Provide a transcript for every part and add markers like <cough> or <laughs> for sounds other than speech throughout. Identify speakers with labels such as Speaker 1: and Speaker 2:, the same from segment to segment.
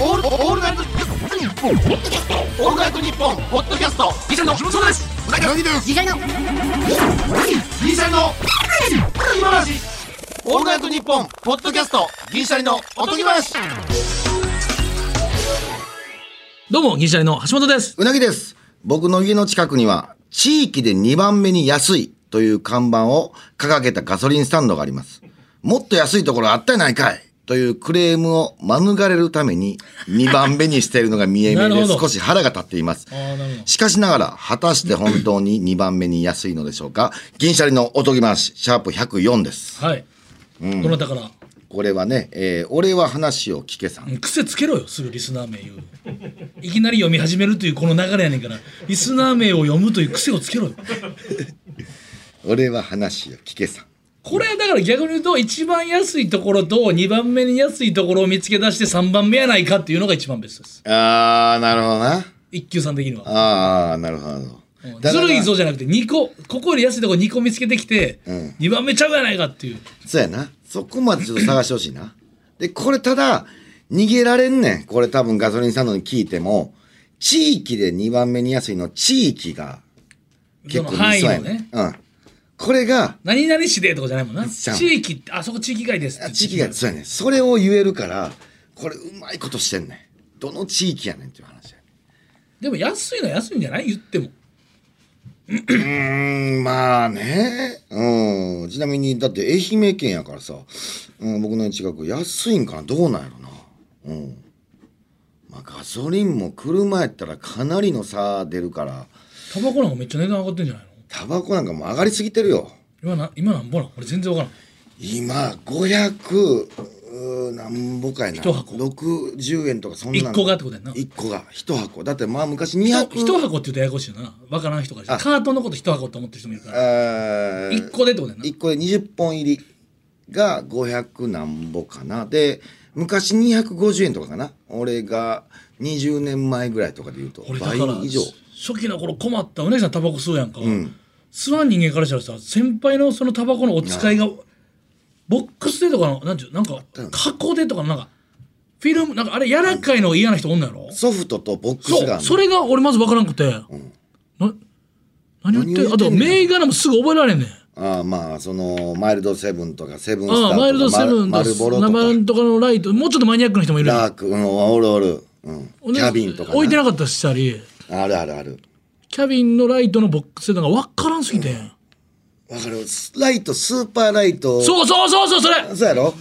Speaker 1: オールオールナイトニッポンオールナイトニッポンポッドキャストギシャリの木本そうですうなぎの
Speaker 2: 次回の
Speaker 1: ギシャリの今話オールナイトニッポンポッドキャストギシャリのおとぎ話
Speaker 3: どうも、銀シャリの橋本です。
Speaker 4: うなぎです。僕の家の近くには、地域で2番目に安いという看板を掲げたガソリンスタンドがあります。もっと安いところあったやないかいというクレームを免れるために2番目にしているのが見え見え
Speaker 3: なる
Speaker 4: で
Speaker 3: ほど
Speaker 4: 少し腹が立っています
Speaker 3: あーなるほど。
Speaker 4: しかしながら果たして本当に2番目に安いのでしょうか銀シャリのおとぎ回しシャープ104です。
Speaker 3: はい。どなたから、
Speaker 4: これはね、えー俺は話を聞けさん。
Speaker 3: 癖つけろよ、すぐリスナー名言う。いきなり読み始めるというこの流れやねんから、リスナー名を読むという癖をつけろよ。
Speaker 4: 俺は話を聞けさん。
Speaker 3: これだから逆に言うと、一番安いところと2番目に安いところを見つけ出して3番目やないかっていうのが一番ベストです。
Speaker 4: あー、なるほどな。
Speaker 3: 一級さん的には。
Speaker 4: ああ、なるほど。だ
Speaker 3: ず
Speaker 4: から
Speaker 3: るいぞじゃなくて、2個、ここより安いところ2個見つけてきて、
Speaker 4: ん
Speaker 3: 2番目ちゃうやないかっていう。
Speaker 4: そうやな。そこまでちょっと探してほしいな。で、これただ、逃げられんねん。これ多分ガソリンスタンドに聞いても、地域で2番目に安いの、地域が結構
Speaker 3: その範
Speaker 4: ミ
Speaker 3: 囲
Speaker 4: ス
Speaker 3: の
Speaker 4: やね
Speaker 3: ね
Speaker 4: ん。。うん。これが、
Speaker 3: 何々市でとかじゃないもんな。
Speaker 4: ちゃう
Speaker 3: 地域って、あそこ地域外ですって言
Speaker 4: あ
Speaker 3: って。
Speaker 4: 地域が、そうやねん。それを言えるから、これうまいことしてんねん。どの地域やねんっていう話や
Speaker 3: でも安いのは安いんじゃない言っても。
Speaker 4: ねん。うーん、まあね。うん。ちなみに、だって愛媛県やからさ、うん、僕の近く安いんかなどうなんやろな。うん。まあ、ガソリンも車やったらかなりの差出るから
Speaker 3: タバコなんかめっちゃ値段上がってんじゃないの
Speaker 4: タバコなんかもう上がりすぎてるよ
Speaker 3: 今な今なんぼなん俺全然わからん
Speaker 4: 今500うー何ぼかやな
Speaker 3: 一箱
Speaker 4: 60円とかそんな
Speaker 3: 一個がってことやんな
Speaker 4: 1個が1箱だってまあ昔
Speaker 3: ひ
Speaker 4: 200
Speaker 3: と一箱って言うとややこしいよなわからん人からしたら
Speaker 4: あ
Speaker 3: カートのこと一箱と思ってる人もいるから
Speaker 4: えー
Speaker 3: 一個でってことやんな
Speaker 4: 1個で20本入りが500何ぼかなで昔250円とかかな俺が20年前ぐらいとかで言うと
Speaker 3: 俺だか
Speaker 4: 倍
Speaker 3: ら
Speaker 4: 以上
Speaker 3: 初期の頃困ったうなぎさんタバコ吸うやんか、吸わん人間からしたらさ先輩のそのタバコのお使いがボックスでとかのなんていうなんか
Speaker 4: よね
Speaker 3: 箱でとかのなんかフィルムなんかあれ柔らかいの嫌な人おんのやろ
Speaker 4: ソフトとボックス
Speaker 3: そ
Speaker 4: があ
Speaker 3: う
Speaker 4: る
Speaker 3: それが俺まずわからんくて、な何言って
Speaker 4: 何を言ってんねん
Speaker 3: あと銘柄もすぐ覚えられんねん
Speaker 4: ああまあそのマイルドセブンとかセブンスターと
Speaker 3: あ
Speaker 4: か
Speaker 3: あマイルドセブン
Speaker 4: マ
Speaker 3: と
Speaker 4: ルマルボロ
Speaker 3: 名
Speaker 4: とか
Speaker 3: 前のとかのライトもうちょっとマニアックな人もいる
Speaker 4: ダークうんおるおる、うん、
Speaker 3: ほんで
Speaker 4: キャビンとかな
Speaker 3: 置いてなかったりしたり
Speaker 4: あるあるある
Speaker 3: キャビンのライトのボックスでなんか分からんすぎて、
Speaker 4: わかるライトスーパーライト
Speaker 3: そうそうそうそうそれ
Speaker 4: そうやろ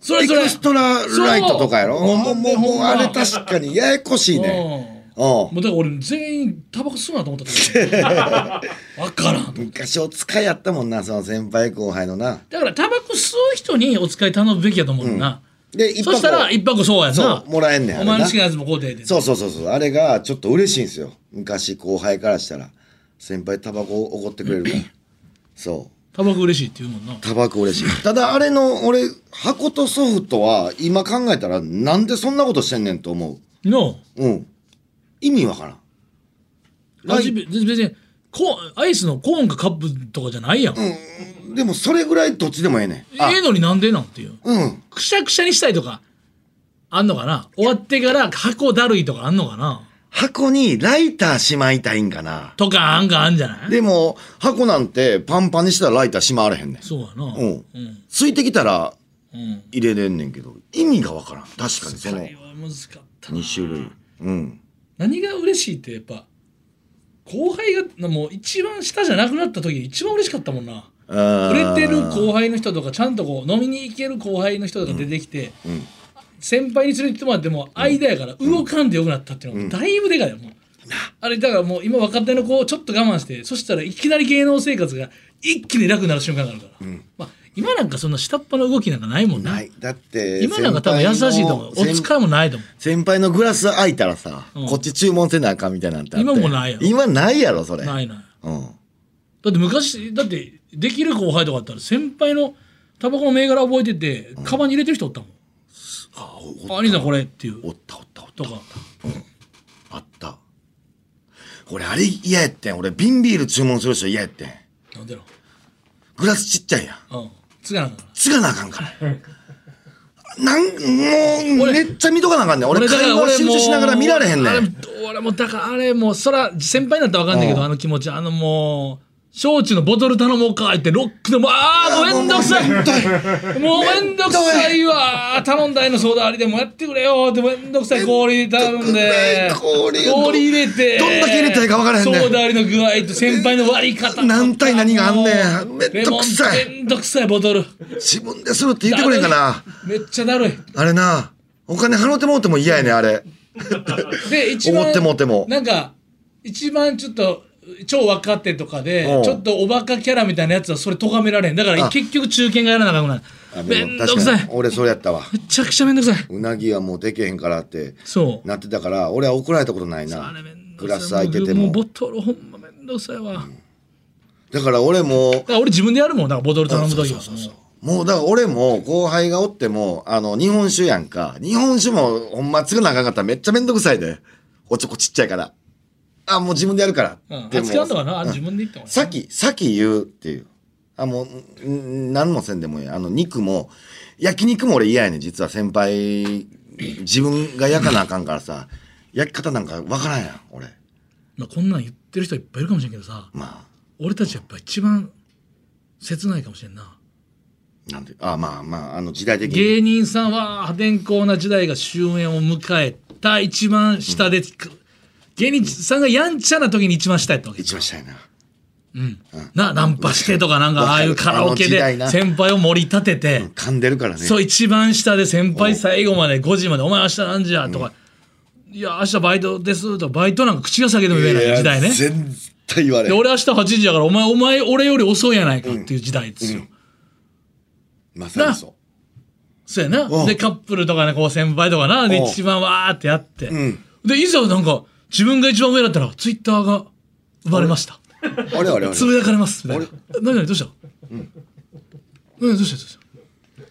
Speaker 3: それ
Speaker 4: エ
Speaker 3: それ
Speaker 4: クストラライトとかやろ
Speaker 3: そう
Speaker 4: もうもうもう
Speaker 3: ほんま
Speaker 4: あれ確かにややこしいね
Speaker 3: う
Speaker 4: うん
Speaker 3: もうだから俺全員タバコ吸うなと思った時
Speaker 4: <laughs>
Speaker 3: 分からん
Speaker 4: 昔お使いやったもんなその先輩後輩のな
Speaker 3: だからタバコ吸う人にお使い頼むべきやと思うよな、
Speaker 4: で一
Speaker 3: そしたら一箱そうやんな
Speaker 4: そうもらえんねんあ
Speaker 3: お
Speaker 4: れな
Speaker 3: 前の好きなやつもこうでええで
Speaker 4: そうそうそうそうあれがちょっと嬉しいんですよ昔後輩からしたら先輩タバコおごってくれる
Speaker 3: <coughs>
Speaker 4: からそう
Speaker 3: タバコ嬉しいって言うもんな
Speaker 4: タバコ嬉しいただあれの俺箱とソフトは今考えたらなんでそんなことしてんねんと思
Speaker 3: の
Speaker 4: ううん意味わからんライ
Speaker 3: 味べ別にコーンアイスのコーンかカップとかじゃないやん、え
Speaker 4: うんでもそれぐらいどっちでもええねんあ
Speaker 3: えのになんでなんていう
Speaker 4: うん
Speaker 3: くしゃくしゃにしたいとかあんのかな終わってから箱だるいとかあんのかな
Speaker 4: 箱にライターしまいたいんかな
Speaker 3: とかあんかあんじゃない
Speaker 4: でも箱なんてパンパンにしたらライターしまわれへんねん
Speaker 3: そうやなう
Speaker 4: うん
Speaker 3: うん、
Speaker 4: ついてきたら
Speaker 3: うん、
Speaker 4: 入れれんねんけど意味がわからん確かにその
Speaker 3: 会話難かったな
Speaker 4: 2種類うん
Speaker 3: 何が嬉しいってやっぱ後輩がもう一番下じゃなくなった時一番嬉しかったもんな
Speaker 4: 売
Speaker 3: 売れてる後輩の人とかちゃんとこう飲みに行ける後輩の人とか出てきて、
Speaker 4: ん
Speaker 3: 先輩に連れてってもらっても間やから動かんでよくなったっていうのがだいぶでかいよもうあれだからもう今若手の子をちょっと我慢してそしたらいきなり芸能生活が一気に楽になる瞬間があるから、まあ、今なんかそんな下っ端の動きなんかないもんな
Speaker 4: ないだって
Speaker 3: 今なんか多分優しいと思うお
Speaker 4: 先輩の
Speaker 3: 使いもないと思う
Speaker 4: 先輩のグラス開いたらさ、
Speaker 3: うん
Speaker 4: こっち注文せなあかんみたいなんてあって
Speaker 3: 今もないやろ
Speaker 4: 今ないやろそれ
Speaker 3: ないない
Speaker 4: うん
Speaker 3: だって昔だってできる後輩とかあったら先輩のタバコの銘柄覚えててカバンに入れてる人おったもん、あ兄さんこれっていう
Speaker 4: おったおったおった
Speaker 3: とか
Speaker 4: あった俺あれ嫌やってん俺瓶ビール注文する人嫌やってん
Speaker 3: なんでな
Speaker 4: グラスちっちゃいやん
Speaker 3: うんつがなかな
Speaker 4: つがなあかんからなん、もう、めっちゃ見とかなあかんねん。俺、会話を集中しながら見られへんね
Speaker 3: あれ
Speaker 4: ん。
Speaker 3: 俺もだからあれもうそら先輩になったらわかんないけど、
Speaker 4: うん
Speaker 3: あの気持ちあのもう焼酎のボトル頼もうかってロックでもああもうめんどくさいもうめんどくさいわ頼んだいのソーダありでもやってくれよでもめんどくさい氷頼んで
Speaker 4: 氷
Speaker 3: 氷入れて
Speaker 4: どんだけ入れたらいいかわからへんねん
Speaker 3: ソーダありの具合と先輩の割り方
Speaker 4: 何対何があんねん。めっ
Speaker 3: レ
Speaker 4: ちゃ
Speaker 3: モン
Speaker 4: くさい。
Speaker 3: めんどくさいボトル
Speaker 4: 自分でするって言ってくれんかな。
Speaker 3: めっちゃだるい
Speaker 4: あれな、お金払ってもうても嫌やねん、あれ。
Speaker 3: で一番
Speaker 4: 思ってもっても
Speaker 3: なんか一番ちょっと超若手とか
Speaker 4: う
Speaker 3: で
Speaker 4: ん
Speaker 3: ちょっとおバカキャラみたいなやつはそれ咎められんだから
Speaker 4: あ
Speaker 3: 結局中堅がやらなあかんくなる
Speaker 4: あで
Speaker 3: め
Speaker 4: も
Speaker 3: んどくさい
Speaker 4: 確かに俺、それやったわ。
Speaker 3: めちゃくちゃめんどくさいう
Speaker 4: なぎはもうでけへんからって
Speaker 3: そう
Speaker 4: なってたから、俺は怒られたことないな
Speaker 3: あれめん。ど
Speaker 4: グ
Speaker 3: くさい
Speaker 4: ラス空いてて
Speaker 3: もう
Speaker 4: も。
Speaker 3: ボトルほんまめんどくさいわ、だか
Speaker 4: だから俺も、
Speaker 3: ら俺自分でやるもんだからボトル頼む時は
Speaker 4: もうだから俺も後輩がおっても、あの、日本酒やんか。日本酒もほんま作らなあかんかったらめっちゃめんどくさいで。おちょこちっちゃいから。あ、もう自分でやるから。
Speaker 3: もう、うん、
Speaker 4: でも
Speaker 3: 扱うのかなあれ自分で言ったもんね
Speaker 4: さっき、さっき言うっていう。あ、もう、んん何もせんでもいい。あの、肉も、焼肉も俺嫌やねん、実は先輩、自分が焼かなあかんからさ、焼き方なんかわからんやん、俺。
Speaker 3: まあ、こんなん言ってる人いっぱいいるかもしれんけどさ
Speaker 4: ま
Speaker 3: 俺たちやっぱ一番切ないかもしれんな
Speaker 4: あ、なんて、あ、まあまあ、あの、時代的に。
Speaker 3: 芸人さんは破天荒な時代が終焉を迎えた一番下で、芸人さんがやんちゃな時に一番下やったわけ
Speaker 4: 一番したいな。
Speaker 3: なナンパしてとかなんか
Speaker 4: わ
Speaker 3: あ
Speaker 4: か
Speaker 3: あ
Speaker 4: る
Speaker 3: いうカラオケで
Speaker 4: あの時代な
Speaker 3: 先輩を盛り立てて、
Speaker 4: 噛んでるからね。
Speaker 3: そう一番下で先輩最後まで5時まで「お前明日何時や?」とか「いや明日バイトです」とかバイトなんか口が裂けても言えない時代ね
Speaker 4: いや絶対言われ
Speaker 3: で
Speaker 4: ん。
Speaker 3: 俺明日8時やからお前お前俺より遅いやないかっていう時代ですよ、
Speaker 4: まさにそう。
Speaker 3: そうやな。
Speaker 4: うん
Speaker 3: で、カップルとかね、こう先輩とかな、で、
Speaker 4: うん
Speaker 3: 一番わーってやって。
Speaker 4: ん
Speaker 3: で、いざなんか、自分が一番上だったら、ツイッターが生まれました。
Speaker 4: あれあれあれ
Speaker 3: つ。ぶやかれます。みたいな。何々どうしたうん。どうしたどうした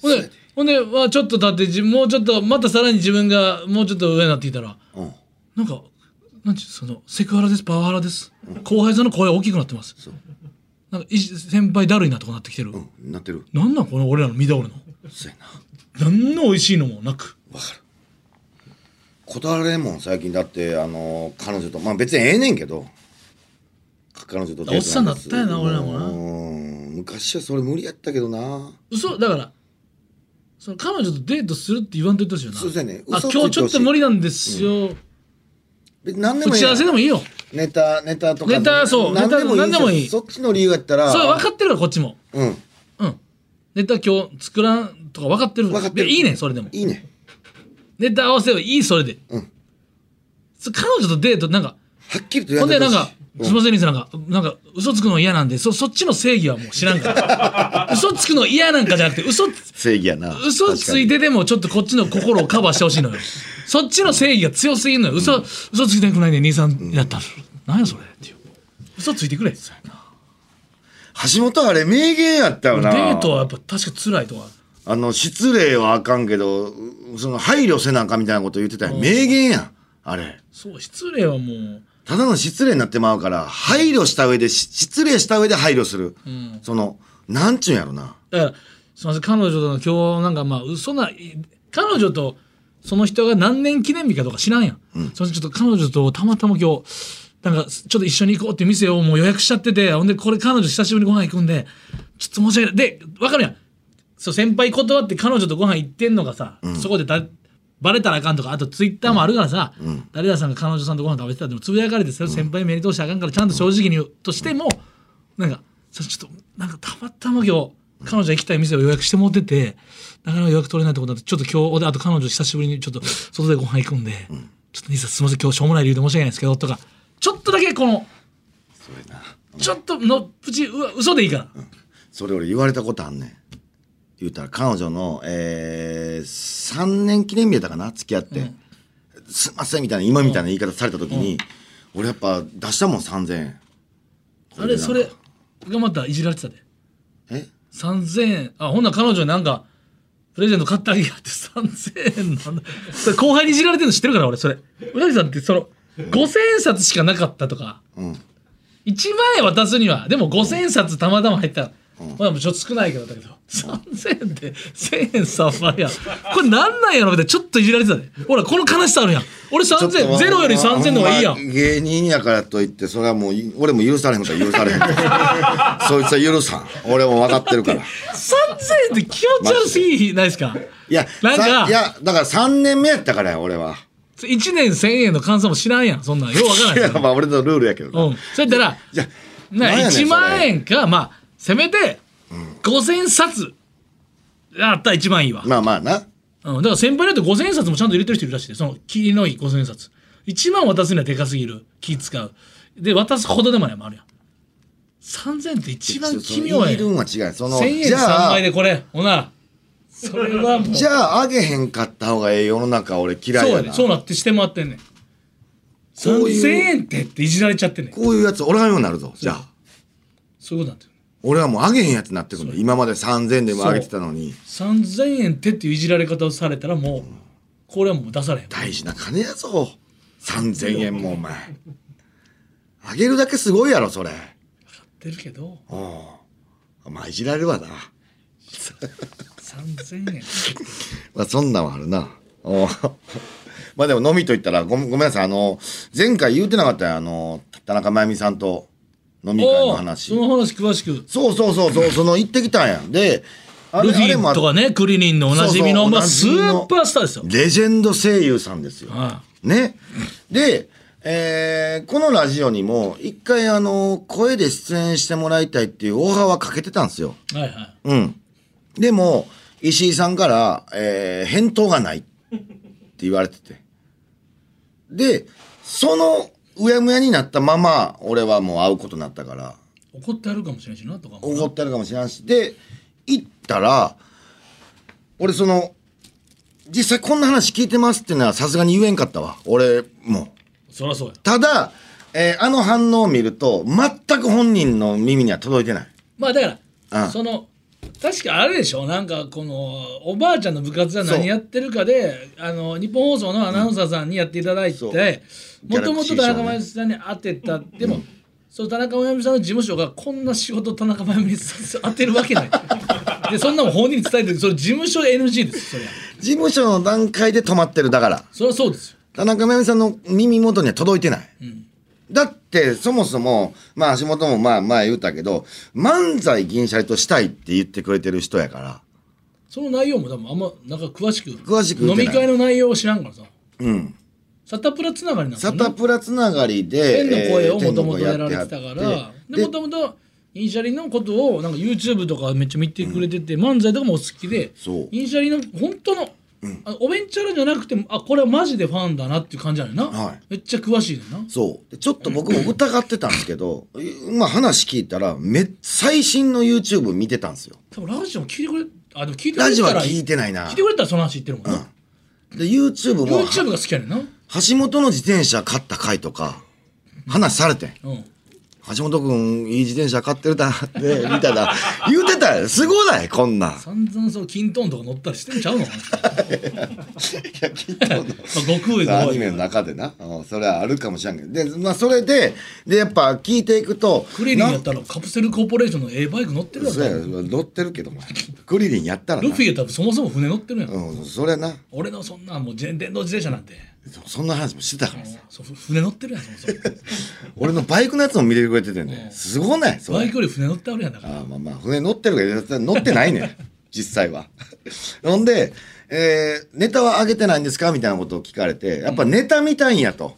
Speaker 3: ほんで、ほんで、まあ、ちょっと経って、じもうちょっと、またさらに自分がもうちょっと上になっていたら、
Speaker 4: うん
Speaker 3: なんか、なんちゅう、その、セクハラです、パワハラです。後輩さんの声大きくなってます。なんか、いじ先輩だるいなとかなってきてる。
Speaker 4: うん。なってる。
Speaker 3: なんなんこの俺らのミドルの。
Speaker 4: そうやな。
Speaker 3: 何の美味しいのもなく。
Speaker 4: 断られんもん、最近だって、あの、彼女と、まあ別にええねんけど、彼女とデートな
Speaker 3: おっさんだったよな俺らもな
Speaker 4: うん昔はそれ無理やったけどな。
Speaker 3: 嘘だからその彼女とデートするって言わんといてほしいよな
Speaker 4: そうだよね
Speaker 3: あ
Speaker 4: 嘘ついて
Speaker 3: 今
Speaker 4: ほ
Speaker 3: 日
Speaker 4: しい
Speaker 3: ちょっと無理なんですよ、
Speaker 4: 別に何で
Speaker 3: 打
Speaker 4: もいい
Speaker 3: ち合
Speaker 4: やん
Speaker 3: わせでもいいよ
Speaker 4: ネタ、ネタとか。
Speaker 3: ネタそう
Speaker 4: 何でもいい
Speaker 3: ネタ何でもいい
Speaker 4: そっちの理由やったら。
Speaker 3: それ分かってるからこっちも
Speaker 4: うん。
Speaker 3: うんネタ今日作らんとか分かってる
Speaker 4: 分かってる
Speaker 3: でいいねんそれでも
Speaker 4: いいね。
Speaker 3: ネタ合わせはいいそれで
Speaker 4: うん
Speaker 3: そ彼女とデートなんか
Speaker 4: はっきりと
Speaker 3: ほ
Speaker 4: 言わ
Speaker 3: んで
Speaker 4: れ
Speaker 3: なんか、すみません、兄さん、なんか、なんか、嘘つくの嫌なんで、そ、そっちの正義はもう知ら
Speaker 4: <laughs>
Speaker 3: んから。嘘つくの嫌なんかじゃなくて、嘘つ、
Speaker 4: 正義やな。
Speaker 3: 嘘つい
Speaker 4: て。
Speaker 3: てでもちょっとこっちの心をカバーしてほしいのよそっちの正義が強すぎるのよ嘘,、嘘ついてくないで兄さんやったら、何やそれっていう嘘ついてくれデ
Speaker 4: 橋本あれ名言やったよな。
Speaker 3: ートはやっぱ確か辛いとか
Speaker 4: あの、失礼はあかんけど、うその配慮せなあかんみたいなこと言ってたやん。名言やん。あれ。
Speaker 3: そう失礼はも
Speaker 4: ただの失礼になってまうから、配慮した上でし、失礼した上で配慮する。
Speaker 3: ん
Speaker 4: その、なんちゅうんやろな。
Speaker 3: うだからすいません彼女との今日なんかまあ嘘ない彼女とその人が何年記念日かとか知らんやん、すいませんちょっと彼女とたまたま今日なんかちょっと一緒に行こうっていう店をもう予約しちゃっててほんでこれ彼女久しぶりにご飯行くんでちょっと申し訳ないで分かるやんそう先輩断って彼女とご飯行ってんのがさ、そこでだバレたらあかんとかあとツイッターもあるからさ、誰々さんが彼女さんとご飯食べてたでもつぶやかれてそれ先輩目に通してあかんからちゃんと正直に言うとしても、なんかそれちょっとなんかたまたま今日彼女が行きたい店を予約してもっててなかなか予約取れないってことだとちょっと今日であと彼女久しぶりにちょっと外でご飯行くんで、ちょっと兄さんすみません今日しょうもない理由で申し訳ないんですけどとかちょっとだけこのちょっとのプチうわ嘘でいいから、
Speaker 4: それ俺言われたことあんねん。言うたら彼女の、えー、3年記念日やったかな付き合って、すいませんみたいな今みたいな言い方された時に、俺やっぱ出したもん3000円
Speaker 3: あれそ
Speaker 4: こで
Speaker 3: れ
Speaker 4: なんか
Speaker 3: がまたいじられてたで。
Speaker 4: え
Speaker 3: 3000円あほんなら彼女になんかプレゼント買ってあげやって3000円なんだそれ後輩にいじられてるの知ってるから俺それうなぎさんってその5000円札しかなかったとか、
Speaker 4: ん
Speaker 3: 1万円渡すにはでも5000円札たまたま入ったらまあ、もうちょっと少ないけどだけど3000円で1000円3倍やんこれなんなんやろみたいなちょっといじられてたねほらこの悲しさあるやん俺
Speaker 4: ちょっと
Speaker 3: 3000ゼロより3000の方がいいやん
Speaker 4: ほま芸人やからといってそれはもうい俺も許されへんことは許されへん
Speaker 3: <laughs>
Speaker 4: そいつは許さん俺も分かってるから
Speaker 3: 3000円って気持ち悪すぎないですか
Speaker 4: いや
Speaker 3: なんか
Speaker 4: さいやだから3年目やったからや俺は
Speaker 3: 1年1000円の換算も知らんやんそんなんようわからん
Speaker 4: い
Speaker 3: や
Speaker 4: や
Speaker 3: ん
Speaker 4: まあ俺のルールやけどな
Speaker 3: うん、それやったら
Speaker 4: いや
Speaker 3: な
Speaker 4: なんやねん
Speaker 3: 1万
Speaker 4: それ
Speaker 3: 円かまあせめて5,000冊あったら一番いいわ、
Speaker 4: まあまあな
Speaker 3: うん、だから先輩だと5,000冊もちゃんと入れてる人いるらしいでその気のいい5,000冊1万渡すにはでかすぎる気使うで渡すほどでもないもあるやん3,000って一番奇妙や
Speaker 4: い
Speaker 3: ん
Speaker 4: るん
Speaker 3: 1,000
Speaker 4: は違うその
Speaker 3: 円
Speaker 4: じ
Speaker 3: 3
Speaker 4: ゃあ
Speaker 3: 枚でこれほなそれはもう
Speaker 4: じゃああげへんかった方がええ世の中俺嫌
Speaker 3: そう
Speaker 4: い
Speaker 3: や
Speaker 4: や
Speaker 3: ね
Speaker 4: な
Speaker 3: そうなってしてもらってんねん
Speaker 4: こういう
Speaker 3: 3,000円ってっていじられちゃってんねん
Speaker 4: こういうやつおらんようになるぞじゃあ
Speaker 3: そういうことなんてる
Speaker 4: 俺はもうあげへんやつになってくるんだ今まで3000でもあげてたのに
Speaker 3: 3000円ってっていういじられ方をされたらもうこれはもう出されへん
Speaker 4: 大事な金やぞ3000円もお前あげるだけすごいやろそれ
Speaker 3: 出るけど
Speaker 4: うんまあいじられるわな、
Speaker 3: 3000円
Speaker 4: まあ、そんなんはあるなうんまあでも飲みと言ったらごめんごめんなさいあの前回言うてなかったよあの田中真由美さんと飲み会の話
Speaker 3: その話詳しく
Speaker 4: そうそうそうそうその行ってきたんやであれ
Speaker 3: ルフ
Speaker 4: あれも
Speaker 3: ィ
Speaker 4: あ
Speaker 3: とかねクリリンのおなじみ
Speaker 4: そ
Speaker 3: の
Speaker 4: うそう
Speaker 3: まあ
Speaker 4: おな
Speaker 3: ス
Speaker 4: じみの
Speaker 3: ーパースターですよ
Speaker 4: レジェンド声優さんですよ
Speaker 3: あ
Speaker 4: ね。で、えーこのラジオにも、一回あの、声で出演してもらいたいっていうオファーはかけてたんですよ。
Speaker 3: あはいはい
Speaker 4: うん。でも、石井さんから、えー返答がないって言われてて。で、その、うやむやになったまま、俺はもう会うことになったから、
Speaker 3: 怒ってあるかもしれないしなとかも
Speaker 4: 怒ってあるかもしれんし。で、行ったら、俺その、実際こんな話聞いてますっていうのはさすがに言えんかったわ。俺、もう。
Speaker 3: そりゃそうや
Speaker 4: ただ、えーあの反応を見ると全く本人の耳には届いてない
Speaker 3: まあだか
Speaker 4: う
Speaker 3: ら
Speaker 4: ん
Speaker 3: その確かあれでしょなんかこのおばあちゃんの部活は
Speaker 4: そう
Speaker 3: 何やってるかであの日本放送のアナウンサーさんにやっていただい
Speaker 4: そう
Speaker 3: てもとも
Speaker 4: ギャラクシ
Speaker 3: と
Speaker 4: ー賞ね
Speaker 3: 田中真由美さんに当てたでもその田中真由美さんの事務所がこんな仕事田中真由美さん当てるわけないでそんなもん本人に伝えてるそれ事務所 NG ですそりゃ
Speaker 4: 事務所の段階で止まってるだから
Speaker 3: そりゃそうですよ
Speaker 4: 田中真由美さんの耳元には届いてない、だってそもそもまあ足元もまあ前言ったけど漫才銀シャリとしたいって言ってくれてる人やから
Speaker 3: その内容も多分あんまなんか詳しく
Speaker 4: 詳しく言
Speaker 3: 飲
Speaker 4: って
Speaker 3: み
Speaker 4: ない
Speaker 3: 会の内容を知らんからさ
Speaker 4: うん
Speaker 3: サタプラつながりなんです
Speaker 4: サ
Speaker 3: よね
Speaker 4: タプラつながりで
Speaker 3: 天の声を
Speaker 4: えー
Speaker 3: もともとやられ
Speaker 4: 天の
Speaker 3: て
Speaker 4: 声
Speaker 3: たか
Speaker 4: や
Speaker 3: ら
Speaker 4: っ、
Speaker 3: で
Speaker 4: ては
Speaker 3: も
Speaker 4: って
Speaker 3: ともとインシャリのことをなんか YouTube とかめっちゃ見てくれてて、漫才とかもお好きで
Speaker 4: そう
Speaker 3: インシャリの本当の、あのおべんちゃらじゃなくてもあこれはマジでファンだなっていう感じなのよな、
Speaker 4: はい
Speaker 3: めっちゃ詳しいねんな
Speaker 4: そうでちょっと僕も疑ってたんですけど、まあ話聞いたらめ最新の YouTube 見てたんですよ
Speaker 3: 多分ラジオも聞いてくれあでも聞いてく
Speaker 4: ラ
Speaker 3: れ
Speaker 4: ジ
Speaker 3: て
Speaker 4: オ
Speaker 3: た
Speaker 4: は
Speaker 3: ら
Speaker 4: 聞いてないな
Speaker 3: 聞いてくれてたらその話言ってるもんな、
Speaker 4: で YouTube も
Speaker 3: YouTube が好きやねんな、う
Speaker 4: 橋本の自転車買った回とか話されてん
Speaker 3: ん、
Speaker 4: 橋本君いい自転車買ってるだってみたいな言うてたよすごないこんなん
Speaker 3: 散々そうキントーンとか乗ったりしてんちゃ
Speaker 4: <laughs>
Speaker 3: うのかな <laughs> 悟空
Speaker 4: アニ
Speaker 3: で
Speaker 4: メの中でな、うんそれはあるかもしれんけどでまあそれででやっぱ聞いていくと
Speaker 3: クリリンやったらカプセルコーポレーションの A バイク乗ってるや
Speaker 4: な
Speaker 3: ろ
Speaker 4: そうや乗ってるけどもクリリンやったらな
Speaker 3: ルフィは多分そもそも船乗ってるやん
Speaker 4: うん、それな
Speaker 3: 俺のそんなもう電電動自転車なんて
Speaker 4: そそんな話もしてたからさ
Speaker 3: そうふ船乗ってるやんそもそも
Speaker 4: 俺のバイクのやつも見てくれててねすごないそれ
Speaker 3: バイクより船乗ってあるやんだから
Speaker 4: ああまあまあ船乗ってるけど乗ってない
Speaker 3: <laughs>
Speaker 4: ねん実際は。ほんで、えーネタは上げてないんですかみたいなことを聞かれてやっぱネタみたいんやと。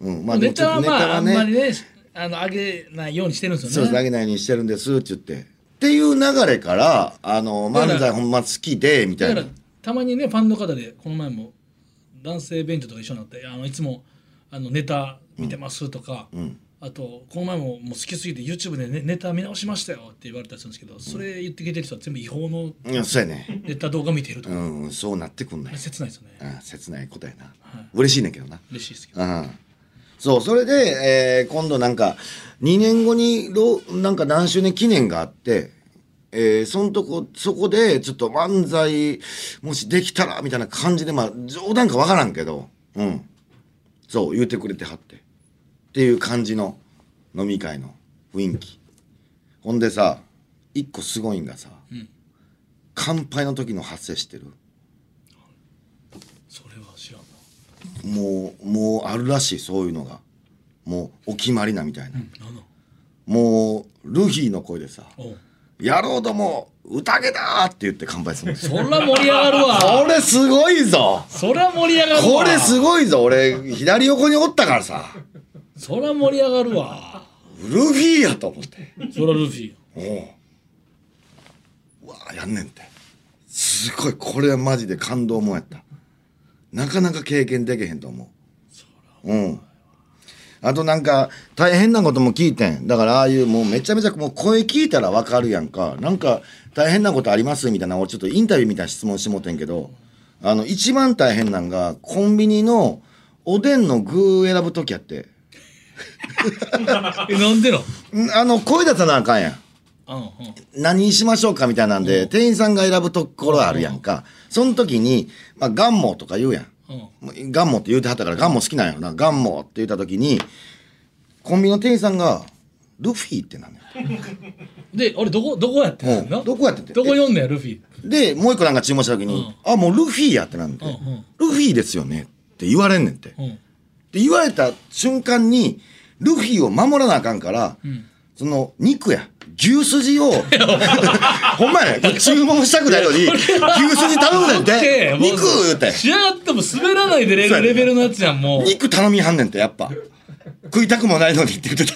Speaker 4: うんまあ、
Speaker 3: ネタはまあ、あんまり
Speaker 4: ね
Speaker 3: ねあの上げないようにしてるんです
Speaker 4: そう
Speaker 3: よ
Speaker 4: です上
Speaker 3: ね
Speaker 4: げないようにしてるんですって言って。っていう流れからあの
Speaker 3: だから
Speaker 4: 漫才ほんま好きでみた
Speaker 3: だ
Speaker 4: い
Speaker 3: か
Speaker 4: な
Speaker 3: ら。たまにねファンの方でこの前も男性ベンチとか一緒になってあのいつもあのネタ見てますとか、あとこの前ももう好きすぎて YouTube で、ね、ネタ見直しましたよって言われたりするんですけどそれ言ってきてる人は全部違法の
Speaker 4: いやそうやね。
Speaker 3: ネタ動画見ていると
Speaker 4: う
Speaker 3: か、
Speaker 4: んそうなってくんない。
Speaker 3: 切ないですよね
Speaker 4: うん切ないことやな
Speaker 3: はい。
Speaker 4: 嬉しいねんけどな。
Speaker 3: 嬉しいですけど
Speaker 4: うんそう、それで、えー今度なんか、2年後にろ、なんか何周年記念があって、えーそんとこ、そこで、ちょっと漫才、もしできたら、みたいな感じで、まあ、冗談かわからんけど、うん。そう、言うてくれてはって。っていう感じの飲み会の雰囲気。ほんでさ、一個すごいんがさ、
Speaker 3: ん
Speaker 4: 乾杯の時の発声してる
Speaker 3: それは知らんな
Speaker 4: もうもうあるらしいそういうのがもうお決まりなみたいな、
Speaker 3: なんなん
Speaker 4: もうルフィの声でさ
Speaker 3: おう
Speaker 4: 「やろうども宴だ!」って言って乾杯するの
Speaker 3: そら盛り上が
Speaker 4: <laughs>
Speaker 3: る
Speaker 4: こ
Speaker 3: わ
Speaker 4: れすごいぞ
Speaker 3: そら盛り上がるわ
Speaker 4: これすごいぞ俺左横におったからさ
Speaker 3: そら盛り上がるわ
Speaker 4: ルフィやと思って
Speaker 3: そらルフィ
Speaker 4: おううわあやんねんってすごいこれはマジで感動もんやったなかなか経験できへんと思ううんあとなんか大変なことも聞いてんだからああいうもうめちゃめちゃもう声聞いたらわかるやんかなんか大変なことありますみたいな俺ちょっとインタビューみたいな質問してもうてんけどあの一番大変なんがコンビニのおでんの具選ぶ時やって
Speaker 3: えなんでなん
Speaker 4: あの声出さなあかんやん
Speaker 3: うんうん
Speaker 4: 何にしましょうかみたいなんで、店員さんが選ぶところあるやんか。その時に、まあ、ガンモとか言うやん。
Speaker 3: うん
Speaker 4: もうガンモって言うてはったから、ガンモ好きなんやろな。ガンモって言った時に、コンビニの店員さんが、ルフィってなんね
Speaker 3: で俺どこどこやってん
Speaker 4: ん。う
Speaker 3: の
Speaker 4: ん。どこやってて。
Speaker 3: どこ読んねんルフィ
Speaker 4: で、もう一個なんか注文した時に、あ、もうルフィやってなんて、
Speaker 3: うんうん
Speaker 4: ルフィですよねって言われんねんって。
Speaker 3: うん
Speaker 4: で言われた瞬間にルフィを守らなあかんから、その肉や牛すじを <laughs> ほんまやねこれ注文したくないのに牛すじ頼むねんて
Speaker 3: でもう
Speaker 4: 肉言うて
Speaker 3: 仕上がっても滑らないでレ
Speaker 4: そうやね
Speaker 3: レベルのやつやんもう
Speaker 4: 肉頼みはんねんてやっぱ食いたくもないのにって言ってた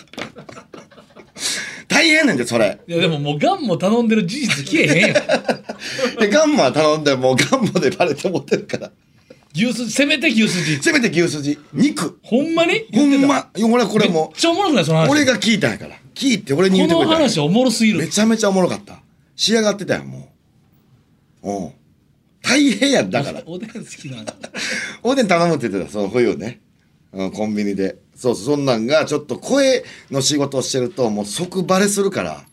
Speaker 4: <laughs> 大変ねんてそれ
Speaker 3: いやでももうガンも頼んでる事実消えへんよ
Speaker 4: でガンマは頼んでもうガンマでバレて思ってるから
Speaker 3: 牛筋せめて牛筋
Speaker 4: せめて牛すじ肉
Speaker 3: ほんまに
Speaker 4: ほんまいや俺はこれ
Speaker 3: めっ
Speaker 4: も
Speaker 3: ちゃおもろくないその話
Speaker 4: 俺が聞いたんやから聞いて俺に言う
Speaker 3: こ
Speaker 4: てくれた
Speaker 3: の
Speaker 4: んや
Speaker 3: 話おもろすぎ
Speaker 4: め
Speaker 3: る
Speaker 4: ちゃめちゃおもろかった仕上がってたよもううん大変やんだから
Speaker 3: おでん好きなんだ
Speaker 4: おでん頼むって言ってたその冬ね、うん、コンビニでそうそうそんなんがちょっと声の仕事をしてるともう即バレするから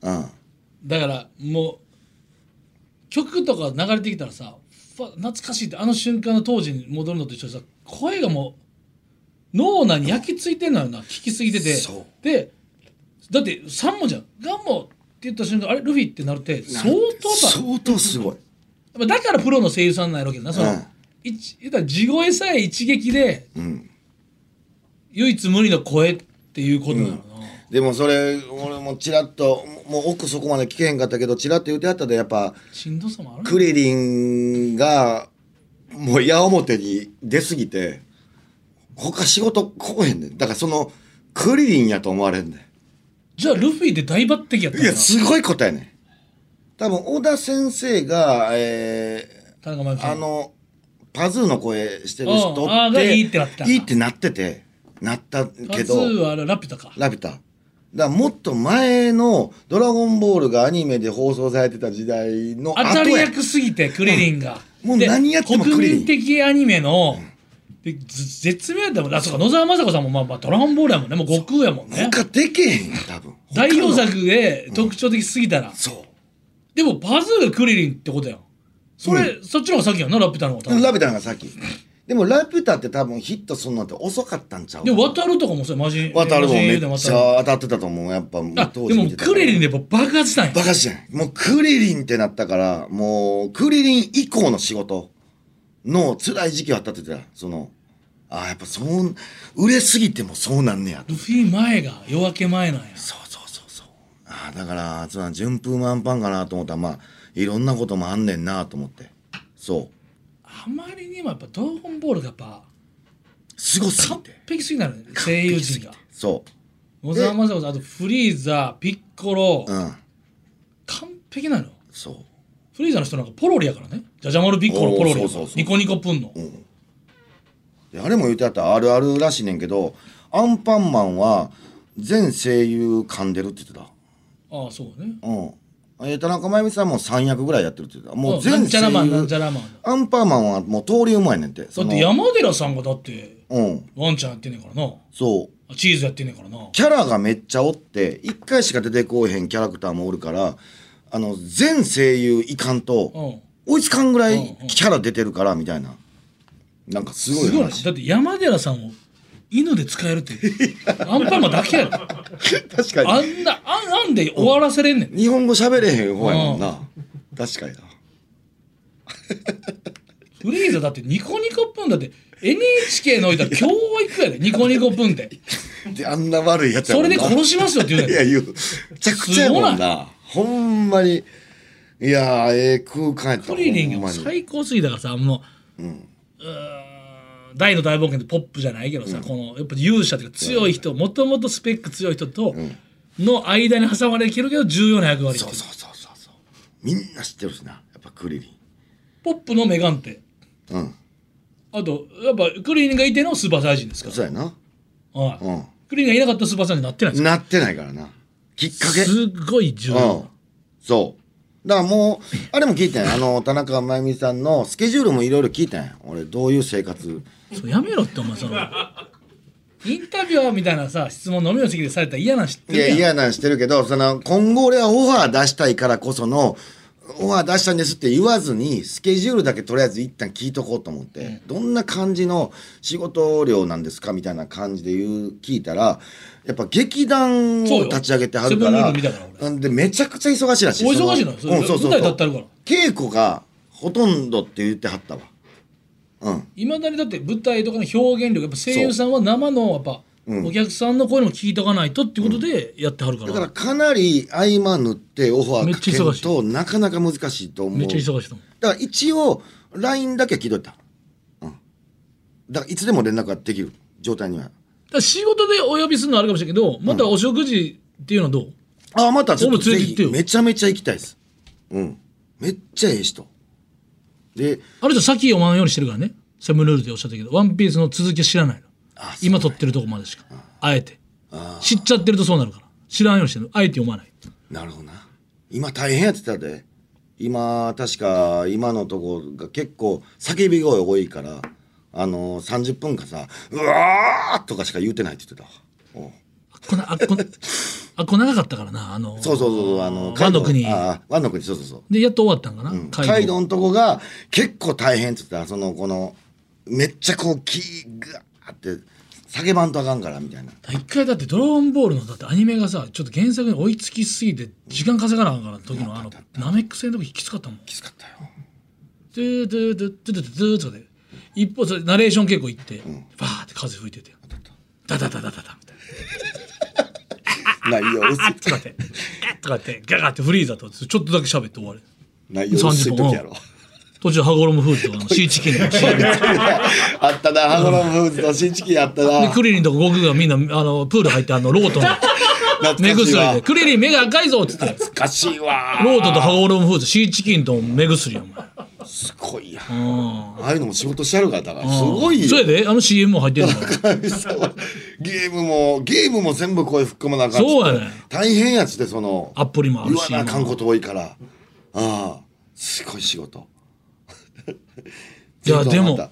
Speaker 4: うん
Speaker 3: だからもう曲とか流れてきたらさふわ懐かしいってあの瞬間の当時に戻るのと一緒でさ声がもう脳内に焼き付いてんのよな聞きすぎてて
Speaker 4: そう
Speaker 3: でだって3文じゃんガンモって言った瞬間あれルフィってなるって相当さ
Speaker 4: 相当すごい
Speaker 3: まあだからプロの声優さんなんやろうけどなその、
Speaker 4: うん
Speaker 3: 一言ったら地声さえ一撃で、
Speaker 4: ん
Speaker 3: 唯一無二の声っていうことなのかな、
Speaker 4: でもそれ俺もちらっともう奥そこまで聞けへんかったけどちらっと言ってあったでやっぱ
Speaker 3: しんどさもある
Speaker 4: クリリンがもう矢面に出すぎて他仕事来へんねんだからそのクリリンやと思われんねん
Speaker 3: じゃあルフィで大抜擢やった
Speaker 4: い
Speaker 3: んだ
Speaker 4: や、すごいことやね。多分、小田先生が、え
Speaker 3: 田中真由
Speaker 4: ー、
Speaker 3: 紀さん
Speaker 4: あの、パズーの声してる人
Speaker 3: うんあ
Speaker 4: っ
Speaker 3: ーが
Speaker 4: て、
Speaker 3: いいってなったんだ
Speaker 4: いいってなってて、なったけ
Speaker 3: パズー
Speaker 4: ど、
Speaker 3: はあれラピュタか
Speaker 4: ラピュタ。だからもっと前の「ドラゴンボール」がアニメで放送されてた時代の
Speaker 3: 当た
Speaker 4: 後
Speaker 3: り
Speaker 4: や
Speaker 3: 役すぎてクリリンが、
Speaker 4: うんもう
Speaker 3: で
Speaker 4: 何やってもクリリン
Speaker 3: 国民的アニメの、でず絶妙やったもんあそうか野沢雅子さんもまあまあドラゴンボールやもんねもう悟空やもんね
Speaker 4: 他でけへんよ多分
Speaker 3: 代表
Speaker 4: 他の
Speaker 3: 作で特徴的すぎたら、
Speaker 4: そう
Speaker 3: でもパズーがクリリンってことやんそれ、そっちの方が先やんなラピュタの方
Speaker 4: で
Speaker 3: が
Speaker 4: もラピュタの方が先でもラピュタって多分ヒットするのって遅かったんちゃう
Speaker 3: でも渡るとかもそうやマジ
Speaker 4: 渡るも
Speaker 3: マジ
Speaker 4: め
Speaker 3: 言
Speaker 4: っ
Speaker 3: う
Speaker 4: ち
Speaker 3: て
Speaker 4: ゃ
Speaker 3: も渡る
Speaker 4: 当たってたと思うやっぱ
Speaker 3: あ
Speaker 4: 当時
Speaker 3: でも
Speaker 4: 見てたから
Speaker 3: クリリンでやっぱ爆発したんや
Speaker 4: バカじゃない。もうクリリンってなったから、もうクリリン以降の仕事の辛い時期はあったって言ってた。その、ああ、やっぱそう、売れすぎてもそうなんねやと。
Speaker 3: ルフィ前が夜明け前なんや
Speaker 4: そうそうそうそう。ああ、だから、そうなん、順風満帆かなと思ったら、まあ、いろんなこともあんねんなと思って。そう。
Speaker 3: あまりにもやっぱドラゴンボールがやっぱ
Speaker 4: すごすぎ
Speaker 3: 完
Speaker 4: て。
Speaker 3: 璧すぎなのよ声優陣が
Speaker 4: そ
Speaker 3: 野沢雅子さんあとフリーザピッコロ、
Speaker 4: う。うん。
Speaker 3: 完璧なのよ
Speaker 4: そ
Speaker 3: フリーザの人なんかポロリやからねじゃじゃ丸ピッコロ
Speaker 4: おー
Speaker 3: ポロリやから
Speaker 4: そうそうそう
Speaker 3: ニコニコプンの、
Speaker 4: う。であれも言ってあったあるあるらしいねんけど、アンパンマンは全声優噛んでるって言ってた。
Speaker 3: ああそうね
Speaker 4: うん。えー、田中真由美さんも三役ぐらいやってるって言ってた。もう
Speaker 3: な
Speaker 4: 全
Speaker 3: んちゃ
Speaker 4: 然
Speaker 3: らマンなんちゃらマンだ
Speaker 4: アンパーマンはもう通りうまいねんて。そ
Speaker 3: っ
Speaker 4: の
Speaker 3: て山寺さんがだって
Speaker 4: うん。
Speaker 3: ワンちゃんやってんねんからな
Speaker 4: そう。
Speaker 3: あチーズやってんねんからな
Speaker 4: キャラがめっちゃおって、一回しか出てこうへんキャラクターもおるから、あの、全声優いかんと、
Speaker 3: うん
Speaker 4: 追いつかんぐら
Speaker 3: うん
Speaker 4: い
Speaker 3: うん
Speaker 4: キャラ出てるから、みたいな。なんかすごい
Speaker 3: すごいね
Speaker 4: 話。
Speaker 3: だって山寺さんを犬で使え
Speaker 4: <laughs>
Speaker 3: るってアンパンマンだけやろ
Speaker 4: 確か
Speaker 3: あんなあんあんで終わらせれんねん、
Speaker 4: に。日本語喋れへん方やもんな。確かにな。
Speaker 3: フレーザだってニコニコプーンだって NHK の置いたら教育やでニコニコプー
Speaker 4: <laughs>
Speaker 3: ンって
Speaker 4: で、あんな悪いやつや
Speaker 3: そ
Speaker 4: もん
Speaker 3: れ
Speaker 4: な。
Speaker 3: で殺しますよって言う
Speaker 4: い
Speaker 3: ねん
Speaker 4: や、言う。めちゃくちゃやもん
Speaker 3: すご
Speaker 4: な。ほんまに。いやー、ええ空間やった
Speaker 3: クリリ
Speaker 4: ほ
Speaker 3: ン
Speaker 4: ん
Speaker 3: が
Speaker 4: まに。
Speaker 3: 最高すぎだからさもう,、うーん大の大冒険でポップじゃないけどさ、このやっぱ勇者というか強い人もともとスペック強い人との間に挟まれてるけど重要な役割って
Speaker 4: そう
Speaker 3: い
Speaker 4: うそうそうそうそう。みんな知ってるしな。やっぱクリリ
Speaker 3: ポップのメガンテ
Speaker 4: ン。うん。
Speaker 3: あとやっぱクリリンがいてのスーパーサイジンですから、
Speaker 4: そうやな。
Speaker 3: はい
Speaker 4: うん。
Speaker 3: クリリンがいなかったらスーパーサイジンになってないんで
Speaker 4: なってないからな。きっか
Speaker 3: す
Speaker 4: け。
Speaker 3: よすっごい重
Speaker 4: うん
Speaker 3: 要、。
Speaker 4: そう。だからもう、あれも聞いたんやあの、田中真由美さんのスケジュールもいろいろ聞いたんや俺、どういう生活。
Speaker 3: そうやめろってお前
Speaker 4: <laughs>
Speaker 3: そのインタビュアーみたいなさ質問のみの席でされたら嫌な知って
Speaker 4: い
Speaker 3: るや
Speaker 4: や、
Speaker 3: ん
Speaker 4: 嫌なんしてるけど、その、今後俺はオファー出したいからこその、オファー出したんですって言わずに、スケジュールだけとりあえず一旦聞いとこうと思って、どんな感じの仕事量なんですかみたいな感じで言う、聞いたら、やっぱ劇団
Speaker 3: そう
Speaker 4: を
Speaker 3: よ
Speaker 4: 立ち上げてはるか
Speaker 3: セブンル
Speaker 4: ら、
Speaker 3: ール見たから俺
Speaker 4: なんでめちゃくちゃ忙しいらしい。
Speaker 3: お忙しいのよ
Speaker 4: そのうん、そうそうそう。
Speaker 3: 舞台立ってあるから
Speaker 4: 稽古がほとんどって言ってはったわ。うん。
Speaker 3: いまだにだって舞台とかの表現力やっぱ声優さんは生のやっぱ、お客さんの声も聞いとかないとっていうことでやってはるから,、
Speaker 4: だからかなり合間縫ってオファーかけ
Speaker 3: めっちゃ忙
Speaker 4: る
Speaker 3: し
Speaker 4: と、なかなか難しいと思う。
Speaker 3: めっちゃ忙しいと思
Speaker 4: だから一応 LINE だけは聞いといた、うん、だからいつでも連絡ができる状態には
Speaker 3: うだから仕事でお呼びするのはあるかもしれんけどまたお食事っていうのはどう、
Speaker 4: ああまたちょっと
Speaker 3: 俺も連
Speaker 4: ぜ
Speaker 3: れて行っ
Speaker 4: ひ
Speaker 3: てよ
Speaker 4: めちゃめちゃ行きたいですうんめっちゃええ人で
Speaker 3: ある人先読まないようにしてるからねセブンルールでおっしゃったけど「ワンピースの続きは知らないの
Speaker 4: あそう
Speaker 3: 今撮ってるとこまでしかあえて
Speaker 4: あ
Speaker 3: 知っちゃってるとそうなるから知らんようにしてるのあえて読まない
Speaker 4: なるほどな今大変やってたで今確か今のとこが結構叫び声多いからあの30分間さ「うわー!」とかしか言うてないって言ってたわうん
Speaker 3: あっこなあっこなあっこ長かったからなあの
Speaker 4: そうそうそうあの
Speaker 3: ワンの国
Speaker 4: ああワンの国そうそうそう
Speaker 3: でやっと終わったんかな、
Speaker 4: カ
Speaker 3: 会
Speaker 4: イ
Speaker 3: 議
Speaker 4: ドのとこが結構大変っつってたそのこのめっちゃこうキーグワーって叫ばんとあかんからみたいな
Speaker 3: 一回だって「ドラゴンボール」のだってアニメがさちょっと原作に追いつきすぎて時間稼がなあかんから時のあのナメック星の時きつかったもん「
Speaker 4: きつかったよ
Speaker 3: ドゥドゥドゥドゥドゥドゥ」とかで一方それナレーション結構行ってバーって風吹いてて「ダダダダダダ」みたい
Speaker 4: 内
Speaker 3: な
Speaker 4: 容薄
Speaker 3: 「あ
Speaker 4: い
Speaker 3: っ」とかって「ガッ」とかってガガってフリーザとちょっとだけ喋って終わる
Speaker 4: 内容薄い時やろ
Speaker 3: 途中羽衣フーズとかのシーチキンの CM で
Speaker 4: <laughs> あったなハグロムフーズとシンチキンあったな
Speaker 3: クリリンとか悟空がみんなあのプール入ってあのロートの目
Speaker 4: 懐かしい
Speaker 3: 薬
Speaker 4: わ
Speaker 3: で「クリリン目が赤いぞ」っつって
Speaker 4: 懐かしいわ
Speaker 3: ロートと羽衣フーズシーチキンと目薬お前
Speaker 4: すごいやああいうのも仕事してやるからだからすごい
Speaker 3: そ
Speaker 4: よ
Speaker 3: うやであの CM も入って
Speaker 4: <laughs>
Speaker 3: るの
Speaker 4: そうゲームもゲームも全部声吹っ込まなあかんっつって
Speaker 3: そうやね
Speaker 4: 大変やっつってその
Speaker 3: アプリもある
Speaker 4: 言わ
Speaker 3: し
Speaker 4: なあかんこと多いからああすごい仕事 <laughs>
Speaker 3: いやでも
Speaker 4: また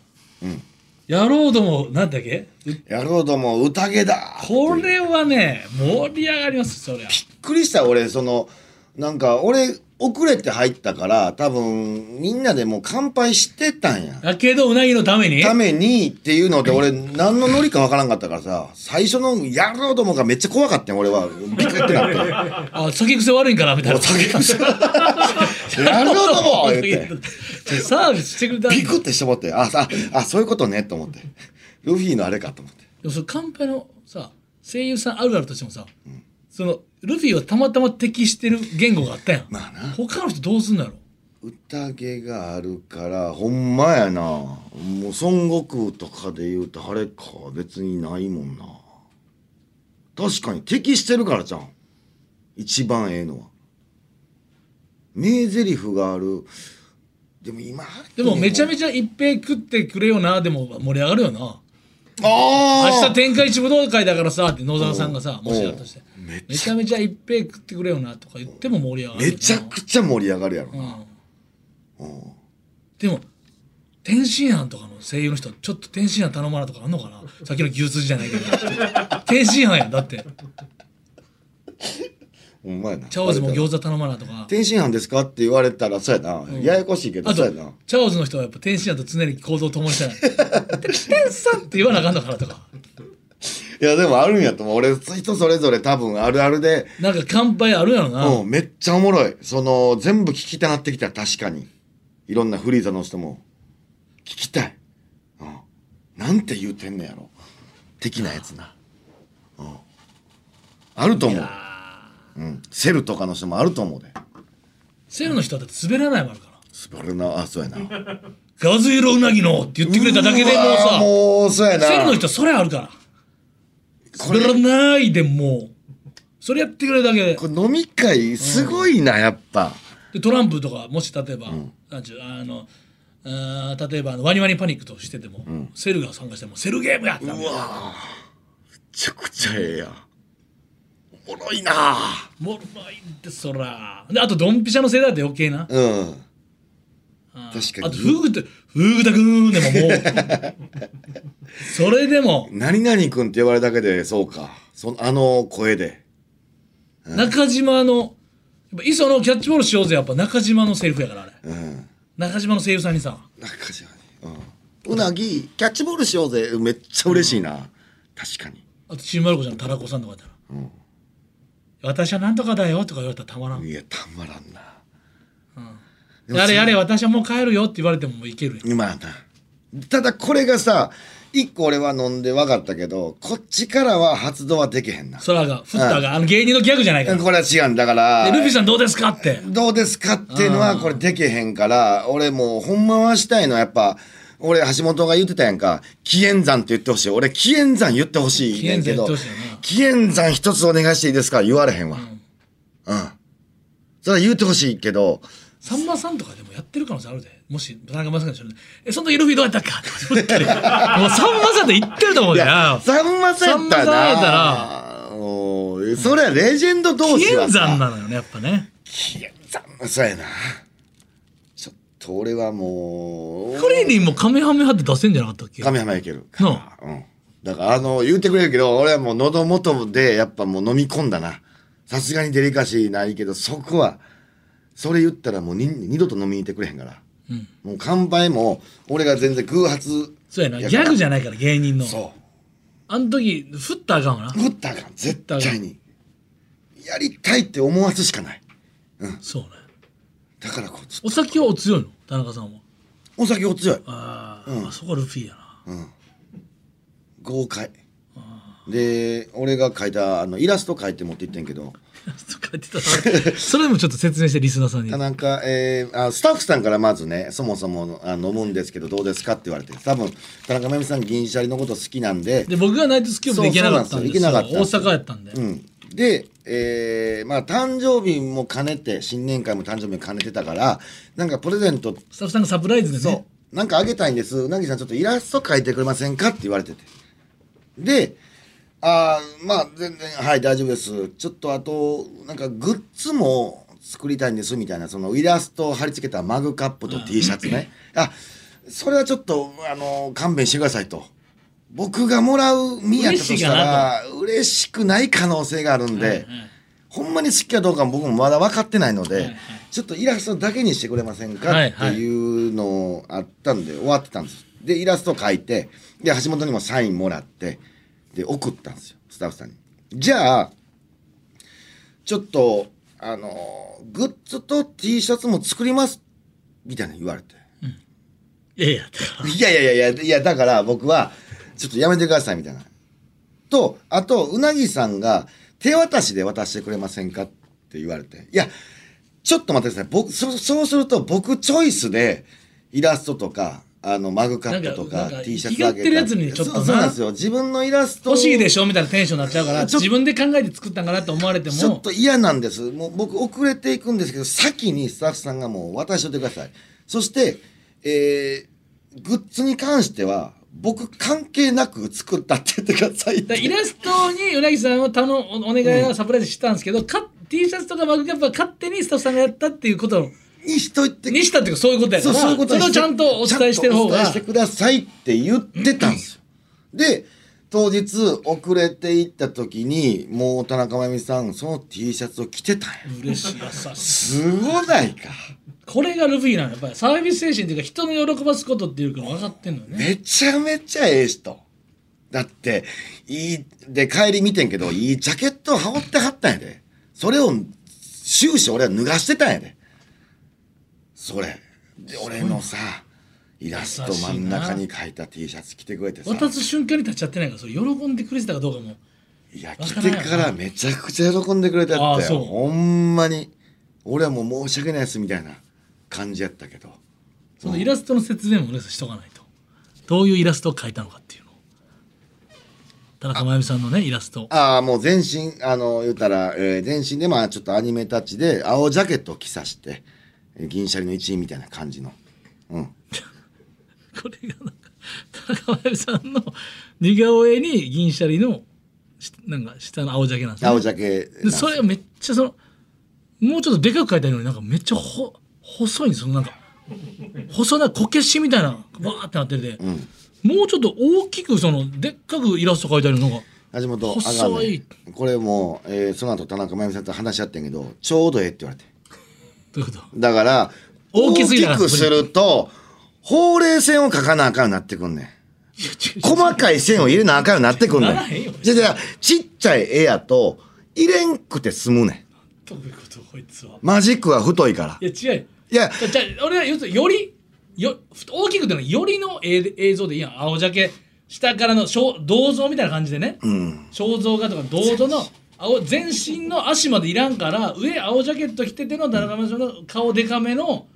Speaker 3: やろうともなんだっけ
Speaker 4: やろうとも宴だ
Speaker 3: これはね盛り上がりますそりゃ
Speaker 4: びっくりした俺そのなんか俺遅れて入ったから多分みんなでもう乾杯してたんや
Speaker 3: だけどうなぎのために
Speaker 4: ためにっていうので俺何のノリかわからんかったからさ最初のやろうともがめっちゃ怖かったん俺はビクってなった
Speaker 3: あ酒癖悪いんかな <laughs> みたいな
Speaker 4: 酒癖やろうとも
Speaker 3: <laughs>
Speaker 4: 言って
Speaker 3: サービスしてくれたんだ
Speaker 4: ビクってしてもってあさあそういうことねと思ってルフィのあれかと思って
Speaker 3: でもそのカンペのさ声優さんあるあるとしてもさ、そのルフィはたまたま適してる言語があったやん、
Speaker 4: まあな
Speaker 3: 他の人どうすんだろう
Speaker 4: 宴があるからほんまやなもう孫悟空とかで言うとあれか別にないもんな確かに適してるからじゃん一番ええのは名台詞があるでも今
Speaker 3: でもめちゃ
Speaker 4: ち
Speaker 3: めちゃ一平食ってくれよなでも盛り上がるよな
Speaker 4: ゃあ
Speaker 3: 明
Speaker 4: あ
Speaker 3: 日天下一武道会だからさって野沢さんがさもしだとして
Speaker 4: うんめ
Speaker 3: めちゃめちゃ一平食ってくれよなとか言っても盛り上がるよ
Speaker 4: め
Speaker 3: な
Speaker 4: ちゃくちゃ盛り上がるやろな、
Speaker 3: でも天津飯とかの声優の人ちょっと天津飯頼まなとかあんのかなさっきの牛すじじゃないけど天津飯やんだって
Speaker 4: ほんまやな
Speaker 3: チャオズも餃子頼まなとか
Speaker 4: 天津飯ですかって言われたらそうやな、ややこしいけど
Speaker 3: あ
Speaker 4: そ
Speaker 3: と
Speaker 4: うやな
Speaker 3: チャオズの人はやっぱ天津飯と常に行動を共にしてない天津さんって言わなあかんのかなとか
Speaker 4: いや、でもあるんやと思う。俺、人それぞれ多分あるあるで、
Speaker 3: なんか乾杯あるやろな、
Speaker 4: うん、めっちゃおもろい。その、全部聞きたなってきた、確かに。いろんなフリーザの人も、聞きたい。うん。なんて言うてんねやろ。的なやつな。うん。あると思う。うん。セルとかの人もあると思うで。
Speaker 3: セルの人はだって滑らないもあるから
Speaker 4: すばらな、あ、そうやな。言っ
Speaker 3: ガズイロウナギのって言ってくれただけでもうさ
Speaker 4: もう、そうやな。
Speaker 3: セルの人はそれあるから
Speaker 4: これ
Speaker 3: 滑らないでもうそれやってくれるだけで
Speaker 4: これ飲み会、すごいな、やっぱ。
Speaker 3: でトランプとかもし例えば、なんちゅうあのあー例えばあのワニワニパニックとしてても、セルが参加してもセルゲームやった
Speaker 4: うわめちゃくちゃええやん。おもろいな
Speaker 3: もうまいってそらであとドンピシャの世代だって余計な、
Speaker 4: うん。
Speaker 3: あ
Speaker 4: 確かに
Speaker 3: あとフグタフグタくんでもも
Speaker 4: <laughs>
Speaker 3: うそれでも
Speaker 4: 何々君って呼ばれるだけで、そうか。そあの声で。
Speaker 3: 中島のやっぱ磯のキャッチボールしようぜやっぱ中島のセリフやからあれ
Speaker 4: うん。
Speaker 3: 中島の声優さんにさ
Speaker 4: 中島に。うん。うなぎ、キャッチボールしようぜ。めっちゃ嬉しいな。確かに。
Speaker 3: あとチームマルコちゃんのタラコさんとかやったら、私はなんとかだよ」とか言われたらたまらん
Speaker 4: いや、たまらんな。
Speaker 3: 「やれやれ私はもう帰るよ」って言われてももういけるやん
Speaker 4: まあな。ただこれがさ、一個俺は飲んで分かったけど、こっちからは発動はできへんな。
Speaker 3: 空がフッターがあの芸人のギャグじゃないから、
Speaker 4: これは違うんだから。
Speaker 3: でルフィさんどうですかって
Speaker 4: どうですかっていうのはこれでけへんから、俺もうほんまはしたいのはやっぱ、俺橋本が言ってたやんか、紀元山って言ってほしい。俺紀元山言ってほしいねんけど
Speaker 3: 紀元山言ってほしいよな、
Speaker 4: 紀元山一つお願いしていいですか言われへんわ。うん。それは言ってほしいけど、
Speaker 3: さんまさんとかでもやってる可能性あるでもし田中正和さんでえその時ルフィどうやった
Speaker 4: <laughs>
Speaker 3: っか?」とか言ったりもうさんまさんって言ってると思う
Speaker 4: い
Speaker 3: じ
Speaker 4: や
Speaker 3: ゃ、ん
Speaker 4: さんまさんやった
Speaker 3: さんまさんやった
Speaker 4: ら、おーそれはレジェンド同士は
Speaker 3: 金
Speaker 4: さ
Speaker 3: 山なのよねやっぱね
Speaker 4: 紀元山、そうやな。ちょっと俺はもう、
Speaker 3: クリリンもカメハメハって出せんじゃなかったっけ
Speaker 4: カメハメはいける。
Speaker 3: なあ
Speaker 4: うん。だから、あの、言うてくれるけど、俺はもう喉元で、やっぱもう飲み込んだな。さすがにデリカシーないけど、そこは、それ言ったらもうに二度と飲みに行ってくれへんから。
Speaker 3: うん
Speaker 4: もう乾杯も、俺が全然空発。
Speaker 3: そうやなギャグじゃないから芸人の
Speaker 4: そ
Speaker 3: あの時振ったらあかんわな
Speaker 4: う。打ったらあかん、絶対に。やりたいって思わすしかない。
Speaker 3: そうね
Speaker 4: だからこう、ちょっ
Speaker 3: お酒はお強いの田中さんは
Speaker 4: とお酒お強い。
Speaker 3: あー、あそこはルフィやな <laughs>
Speaker 4: 豪快。で、俺が描いた、あの、イラスト描いて持って行ってんけど、
Speaker 3: とか言ってたなそれもちょっと説明してリスナーさんに
Speaker 4: 田中、えーあスタッフさんからまずねそもそもあ飲むんですけどどうですかって言われて多分田中真弓さん銀シャリのこと好きなんで
Speaker 3: で僕がナイトスキューブで行けなかったんですよ
Speaker 4: そうそうなんですよ行けなかった
Speaker 3: 大阪やったんで、
Speaker 4: うん、で、えーまあ誕生日も兼ねて新年会も誕生日も兼ねてたからなんかプレゼント
Speaker 3: スタッフさんがサプライズでね
Speaker 4: そう、なんかあげたいんですうなぎさんちょっとイラスト描いてくれませんかって言われててであーまあ全然はい大丈夫ですちょっとあとなんかグッズも作りたいんですみたいなそのイラストを貼り付けたマグカップと T シャツねあそれはちょっとあの勘弁してくださいと僕がもらう身やったとしたら嬉しくない可能性があるんで、ほんまに好きかどうかも僕もまだ分かってないので、
Speaker 3: はいはい
Speaker 4: ちょっとイラストだけにしてくれませんか
Speaker 3: はい
Speaker 4: って
Speaker 3: はい
Speaker 4: いうのあったんで終わってたんですでイラスト描いてで橋本にもサインもらってで送ったんですよスタッフさんにじゃあちょっとあのグッズと T シャツも作りますみたいなの言われて
Speaker 3: いやいやだから
Speaker 4: <laughs> いやいやいやいや、いや、だから僕は、ちょっとやめてください、みたいな。と、あと、うなぎさんが、手渡しで渡してくれませんかって言われて。いや、ちょっと待ってください。僕、そそうすると、僕チョイスで、イラストとか、あの、マグカップと
Speaker 3: な
Speaker 4: か
Speaker 3: んかなんか
Speaker 4: T シャツあげたり
Speaker 3: 気がってるやつにちょっとな
Speaker 4: そうそうなんですよ。自分のイラストを
Speaker 3: 欲しいでしょみたいなテンションになっちゃうから
Speaker 4: ちょ
Speaker 3: 自分で考えて作ったんかなと思われて
Speaker 4: ちょっ
Speaker 3: も
Speaker 4: と嫌なんです。もう僕遅れていくんですけど、先にスタッフさんがもう渡しといてください。そして、えー、グッズに関しては、僕関係なく作ったって言ってくださいっ
Speaker 3: だ
Speaker 4: て
Speaker 3: からイラストにうなぎさんを頼むおお願いはサプライズしたんですけど、か T シャツとかマグカップは勝手にスタッフさんがやったっていうことを
Speaker 4: にしといて。
Speaker 3: にしたっていうかそういうことやか
Speaker 4: そう
Speaker 3: ら
Speaker 4: そういうことに
Speaker 3: れを
Speaker 4: し
Speaker 3: ちゃんとお伝えしてる方
Speaker 4: ちゃんとお
Speaker 3: が
Speaker 4: 伝えしてくださいって言ってたんですよ。で、当日遅れていった時に、もう田中真由美さん、その T シャツを着てたんや。
Speaker 3: 嬉しい優しい
Speaker 4: すごないか。
Speaker 3: これがルフィなのやっぱりサービス精神っていうか人の喜ばすことっていうか分かってんのよね
Speaker 4: めちゃめちゃええ人。だって、いい、で、帰り見てんけど、いいジャケットを羽織ってはったんやで。それを、終始俺は脱がしてたんやで。それ。で、俺のさ、イラスト真ん中に書いた T シャツ着てくれてさ。
Speaker 3: 渡す瞬間に立っちゃってないからそれ喜んでくれてたかどうかも
Speaker 4: いや、来てからめちゃくちゃ喜んでくれた
Speaker 3: あ
Speaker 4: っ
Speaker 3: あ
Speaker 4: て、
Speaker 3: そう
Speaker 4: ほんまに、俺はもう申し訳ないですみたいな感じやったけど、
Speaker 3: そのイラストの説明もねしとかないとどういうイラストを描いたのかっていうのを田中真由美さんのねイラスト
Speaker 4: ああ、もう全身、あの、言うたら、えー全身で、まあちょっとアニメタッチで、青ジャケットを着さして、えー銀シャリの一員みたいな感じの。うん。
Speaker 3: これがなんか田中真由美さんの似顔絵に銀シャリのしなんか下の青ジャケなんですね
Speaker 4: 青ジャケなん
Speaker 3: で
Speaker 4: です
Speaker 3: それがめっちゃそのもうちょっとでかく書いてあるのになんかめっちゃほ細いんですよなんか細なこけしみたいなわーってなってて、もうちょっと大きくそのでっかくイラスト書いてあるのが
Speaker 4: 橋本、あが
Speaker 3: 細い
Speaker 4: めこれも、えーその後田中真由美さんと話し合ってんけど、ちょうどええって言われて。
Speaker 3: どういうこと
Speaker 4: だから、
Speaker 3: 大きすぎた
Speaker 4: 大
Speaker 3: ら
Speaker 4: きくすると、ほうれい線を描かなあかんようになってくんねん。
Speaker 3: いやちょ
Speaker 4: 細かい線を入れなあかんようになってくんね
Speaker 3: ならへんよ
Speaker 4: ん。じゃあじゃあちっちゃい絵やと、入れんくて済むねん。
Speaker 3: どういうことこいつは
Speaker 4: マジックは太いから。
Speaker 3: いや違うよ
Speaker 4: いや、
Speaker 3: じゃあ俺は要するによりよ大きくてのはよりの絵で映像でいいやん青ジャケ下からの肖銅像みたいな感じでね、肖像画とか銅像の青全身の足までいらんから上青ジャケット着てての田中真さんの顔でかめの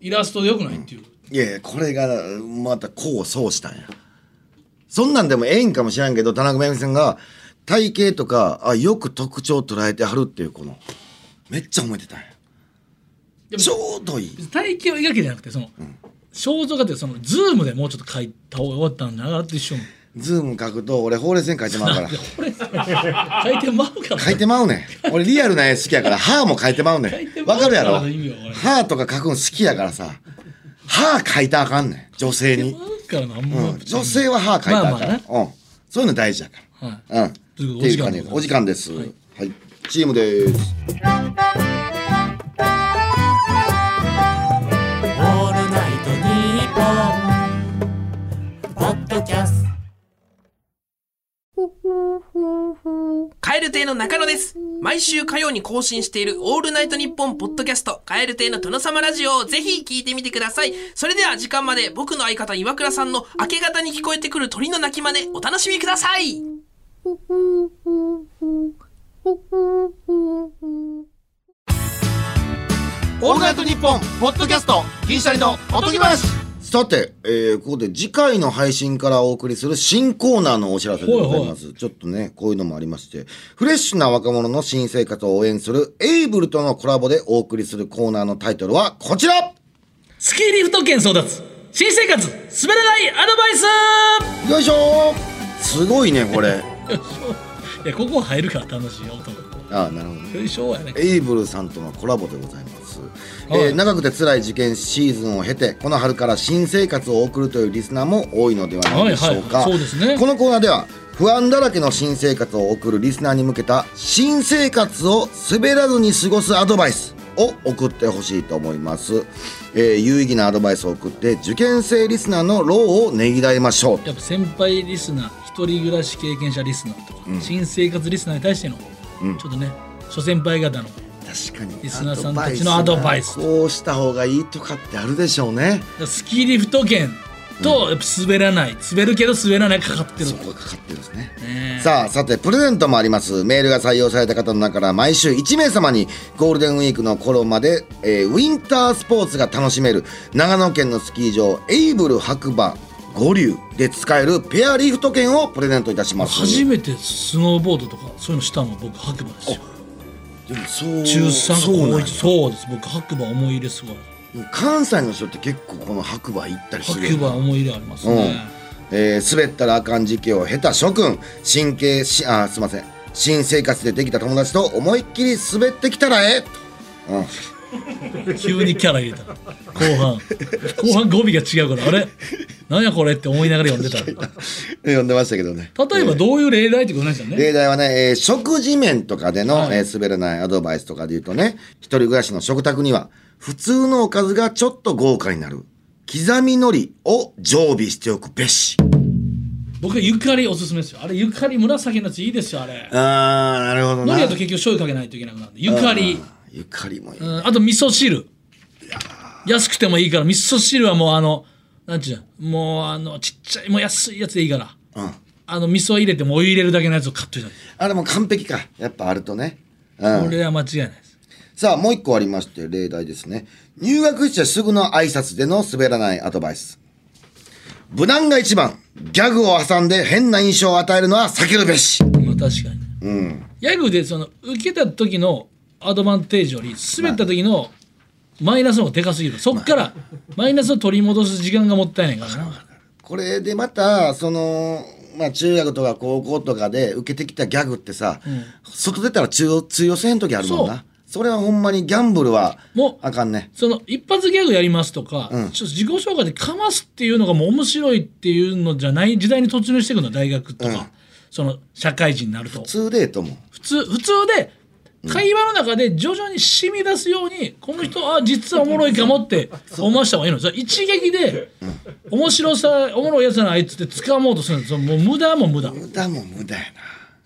Speaker 3: イラストでよくないっていう、
Speaker 4: いやいやこれが、また功を奏したんや。そんなんでもええんかもしらんけど、田中真由美さんが、体型とか、あ、よく特徴を捉えてはるっていう、この、めっちゃ褒めてたんや。
Speaker 3: でも
Speaker 4: ちょうどいい。
Speaker 3: 体型を描けじゃなくてその、肖像画ってそのズームでもうちょっと描いた方が良かったんじゃなかって一瞬
Speaker 4: ズーム書くと、俺、ほうれい線描いてまうから。 <laughs>
Speaker 3: 俺描いてまうから
Speaker 4: 書いてまうねん。俺リアルな絵好きやから、歯も書いてまうね
Speaker 3: 書いて
Speaker 4: ん。
Speaker 3: ま
Speaker 4: わ
Speaker 3: う
Speaker 4: かるやろ
Speaker 3: からの意味は俺
Speaker 4: 歯とか書くの好きやからさ、歯書いたらあかんねん。女性に
Speaker 3: <laughs> ま。うからなあんま、
Speaker 4: うん。女性は歯書いたらあかん。
Speaker 3: まあまあね
Speaker 4: うん。そういうの大事やか
Speaker 3: はい
Speaker 4: ら。うん。
Speaker 3: ということ
Speaker 4: って
Speaker 3: で
Speaker 4: いう感じです。お時間です。はい。チームです。
Speaker 2: オールナイトニッポン」ポッドキャスト
Speaker 5: 蛙亭の中野です。毎週火曜に更新しているオールナイトニッポンポッドキャスト、蛙亭の殿様ラジオをぜひ聞いてみてください。それでは時間まで僕の相方岩倉さんの明け方に聞こえてくる鳥の鳴き真似、お楽しみください。
Speaker 1: オールナイトニッポンポッドキャスト銀シャリのおとぎ話
Speaker 4: さて、えーここで次回の配信からお送りする新コーナーのお知らせでございます。ちょっとね、こういうのもありまして、フレッシュな若者の新生活を応援するエイブルとのコラボでお送りするコーナーのタイトルはこちら
Speaker 3: スキーリフト券争奪新生活滑らないアドバイス <laughs>
Speaker 4: よいしょーすごいねこれ
Speaker 3: いやここ入るから楽しいよ音が
Speaker 4: ああなるほどね
Speaker 3: よいしょやね
Speaker 4: エイブルさんとのコラボでございます、
Speaker 3: はい
Speaker 4: えー長くて辛い受験シーズンを経てこの春から新生活を送るというリスナーも多いのではないでしょうか、
Speaker 3: はいはいそうですね
Speaker 4: このコーナーでは不安だらけの新生活を送るリスナーに向けた新生活を滑らずに過ごすアドバイスを送ってほしいと思います、えー有意義なアドバイスを送って受験生リスナーの労をねぎらいましょう
Speaker 3: やっぱ先輩リスナー一人暮らし経験者リスナーとか、新生活リスナーに対しての、ちょっとね初先輩方の
Speaker 4: 確かに
Speaker 3: リスナーさんたちのアドバイス
Speaker 4: アドバイスがこうした方がいいとかってあるでしょうね
Speaker 3: スキーリフト券とやっぱ滑らない滑るけど滑らないかかってる
Speaker 4: そこがかかってるんですね
Speaker 3: ね
Speaker 4: さあさてプレゼントもありますメールが採用された方の中から毎週1名様にゴールデンウィークの頃まで、えーウィンタースポーツが楽しめる長野県のスキー場エイブル白馬五竜で使えるペアリフト券をプレゼントいたします
Speaker 3: 初めてスノーボードとかそういうのしたの僕白馬ですよ
Speaker 4: でもそう
Speaker 3: 中3か
Speaker 4: そう
Speaker 3: 高
Speaker 4: なん
Speaker 3: 1
Speaker 4: や
Speaker 3: そうです僕白馬思い入れすごい
Speaker 4: 関西の人って結構この白馬行ったりするよね
Speaker 3: 白馬思い入れありますね、
Speaker 4: えー滑ったらあかん時期を経た諸君神経しあすいません新生活でできた友達と思いっきり滑ってきたらええ、うん、
Speaker 3: 急にキャラ入れた後半後半語尾が違うからあれなんやこれって思いながら読んでた
Speaker 4: <laughs>
Speaker 3: 例
Speaker 4: 呼んでましたけどね
Speaker 3: えばどういう例題ってことなんですよね、
Speaker 4: 例題はね、えー食事面とかでの、
Speaker 3: はい
Speaker 4: えー滑らないアドバイスとかで言うとね一人暮らしの食卓には普通のおかずがちょっと豪華になる刻み海苔を常備しておくべし
Speaker 3: 僕はゆかりおすすめですよあれゆかり紫の血いいですよあれ
Speaker 4: ああ、なるほど
Speaker 3: 海
Speaker 4: な。
Speaker 3: 苔だと結局醤油かけないといけなくなるんでゆかり
Speaker 4: あーゆかりもいい。
Speaker 3: うんあと味噌汁安くてもいいから味噌汁はもうあのなんちゅうのもうあのちっちゃいもう安いやつでいいから
Speaker 4: うん。
Speaker 3: あの味噌入れてもお湯入れるだけのやつを買っといただけ
Speaker 4: あれも完璧か。やっぱあるとね。うん
Speaker 3: こ。れは間違いないです
Speaker 4: さあ、もう一個ありまして、例題ですね。入学してすぐの挨拶での滑らないアドバイス。無難が一番。ギャグを挟んで変な印象を与えるのは避けるべし。
Speaker 3: まあ確かに
Speaker 4: うん。
Speaker 3: ヤグでその受けた時のアドバンテージより滑った時のマイナスの方がでかすぎるそっからマイナスを取り戻す時間がもったいないからな
Speaker 4: これでまた、その、まあ中学とか高校とかで受けてきたギャグってさ、外出たら通用通用せへん時あるもんな。それはほんまにギャンブルは
Speaker 3: もう
Speaker 4: あかんね。
Speaker 3: その一発ギャグやりますとか、ちょっと自己紹介でかますっていうのがもう面白いっていうのじゃない時代に突入していくの大学とか、その社会人になると
Speaker 4: 通でええと思う。
Speaker 3: 普通普通で会話の中で徐々に染み出すようにこの人あ実はおもろいかもって思わした方がいいのそれ一撃で面白さおもろいやつやなあいつって掴もうとするんですよもう無駄も無駄
Speaker 4: 無駄も無駄やな。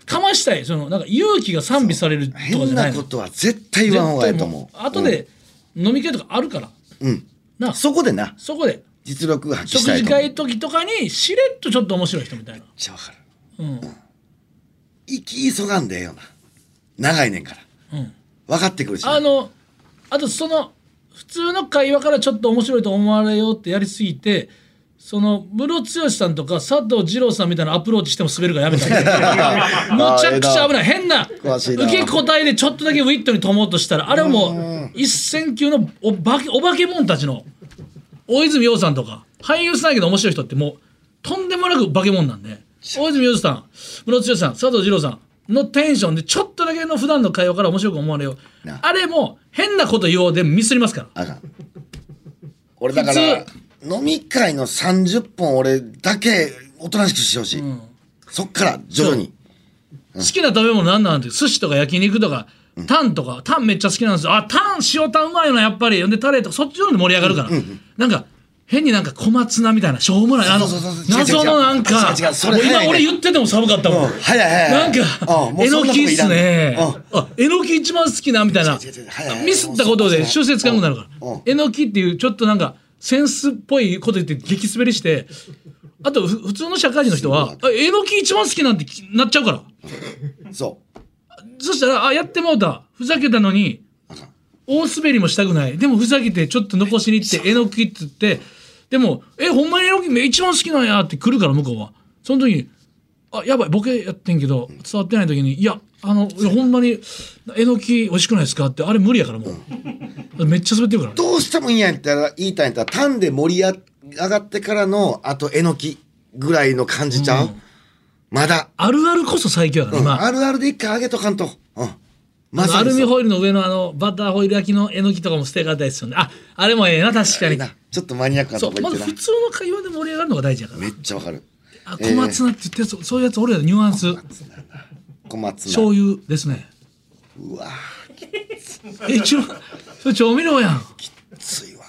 Speaker 3: かましたいそのなんか勇気が賛美されるとかじ
Speaker 4: 変
Speaker 3: ゃない
Speaker 4: な
Speaker 3: の
Speaker 4: ことは絶対言わん方がいいと思う。
Speaker 3: あとで飲み会とかあるから、
Speaker 4: うん。
Speaker 3: な
Speaker 4: そこでな、
Speaker 3: そこで
Speaker 4: 実力が発揮し
Speaker 3: 食
Speaker 4: たい
Speaker 3: 事
Speaker 4: と思う。
Speaker 3: 会時とかにしれっとちょっと面白い人みたいな
Speaker 4: めっちゃわかる。うん。生き急がんでええよな。長いねんから。
Speaker 3: うん。
Speaker 4: 分かってくるしな。
Speaker 3: あのあとその普通の会話からちょっと面白いと思われようってやりすぎてそのムロツヨシさんとか佐藤二郎さんみたいなアプローチしても滑るからやめた <laughs> むちゃくちゃ危ない変な
Speaker 4: 詳しいな
Speaker 3: 受け答えでちょっとだけウィットに飛もうとしたらあれはもう一線級のお化けお化けもんたちの大泉洋さんとか俳優さんやけど面白い人ってもうとんでもなく化け物なんで大泉洋さんムロツヨシさん佐藤二郎さんのテンションでちょっとだけの普段の会話から面白く思われよう
Speaker 4: な
Speaker 3: あれも変なこと言おうでミスりますから
Speaker 4: あかん。俺だから
Speaker 3: 普、
Speaker 4: 飲み会の30本俺だけおとなしくしてほしい。そっから徐々に。
Speaker 3: 好きな食べ物なんなんて寿司とか焼肉とかタンとかタンめっちゃ好きなんですよあタン塩タンうまいよなやっぱりでタレとかそっちの方で盛り上がるから、なんか変になんか小松菜みたいなしょうもないあの
Speaker 4: そうそうそう違う違う
Speaker 3: 謎のなんか
Speaker 4: 違う違うそれ
Speaker 3: もう
Speaker 4: 早い
Speaker 3: 今
Speaker 4: ね
Speaker 3: 俺言ってても寒かったもん、
Speaker 4: うん早い早い
Speaker 3: なんか
Speaker 4: うんもう
Speaker 3: え
Speaker 4: そ
Speaker 3: の
Speaker 4: んなとこ
Speaker 3: きいいっすね
Speaker 4: いらんね
Speaker 3: あえのき一番好きなみたいな
Speaker 4: 違う違う違う早い早い
Speaker 3: ミスったことで修正つかなくなるか
Speaker 4: うんう
Speaker 3: ら
Speaker 4: ん
Speaker 3: えのきっていうちょっとなんかセンスっぽいこと言って激滑りしてあとふ普通の社会人の人はあえのき一番好きなんてきなっちゃうから
Speaker 4: そう。
Speaker 3: そしたら、あ、やってもうた。ふざけたのに、大滑りもしたくない。でもふざけて、ちょっと残しに行って、えのきっつって、でも、え、ほんまにえのき一番好きなんやって来るから、向こうは。その時に、あ、やばい、ボケやってんけど、伝わってない時に、いや、あの、いやほんまに、えのき美味しくないですかって、あれ無理やから、もう。めっちゃ滑ってるからね。
Speaker 4: どうしてもいいんやったら、言いたいんやったら、タンで盛り上がってからの、あとえのきぐらいの感じちゃう、まだ。
Speaker 3: あるあるこそ最強やから、
Speaker 4: うん
Speaker 3: 今。
Speaker 4: あるあるで一回あげとかんと。うん。ま
Speaker 3: ア
Speaker 4: さに
Speaker 3: ル
Speaker 4: そう
Speaker 3: ミホイルの上のあの、バターホイル焼きのえのきとかも捨てがたいですよね。あ、あれもええな、確かに。
Speaker 4: なちょっとマニアックな
Speaker 3: そ
Speaker 4: と
Speaker 3: う
Speaker 4: こ、行
Speaker 3: ま
Speaker 4: って
Speaker 3: ず
Speaker 4: な
Speaker 3: 普。通の会話で盛り上がるのが大事やから。
Speaker 4: めっちゃわかる。
Speaker 3: あ
Speaker 4: えー
Speaker 3: 小松菜って言ってそそういうやつおるやろニュアンス
Speaker 4: 小松菜。
Speaker 3: 醤油ですね
Speaker 4: うわ
Speaker 3: え一応それ調味料やん
Speaker 4: ーついわ。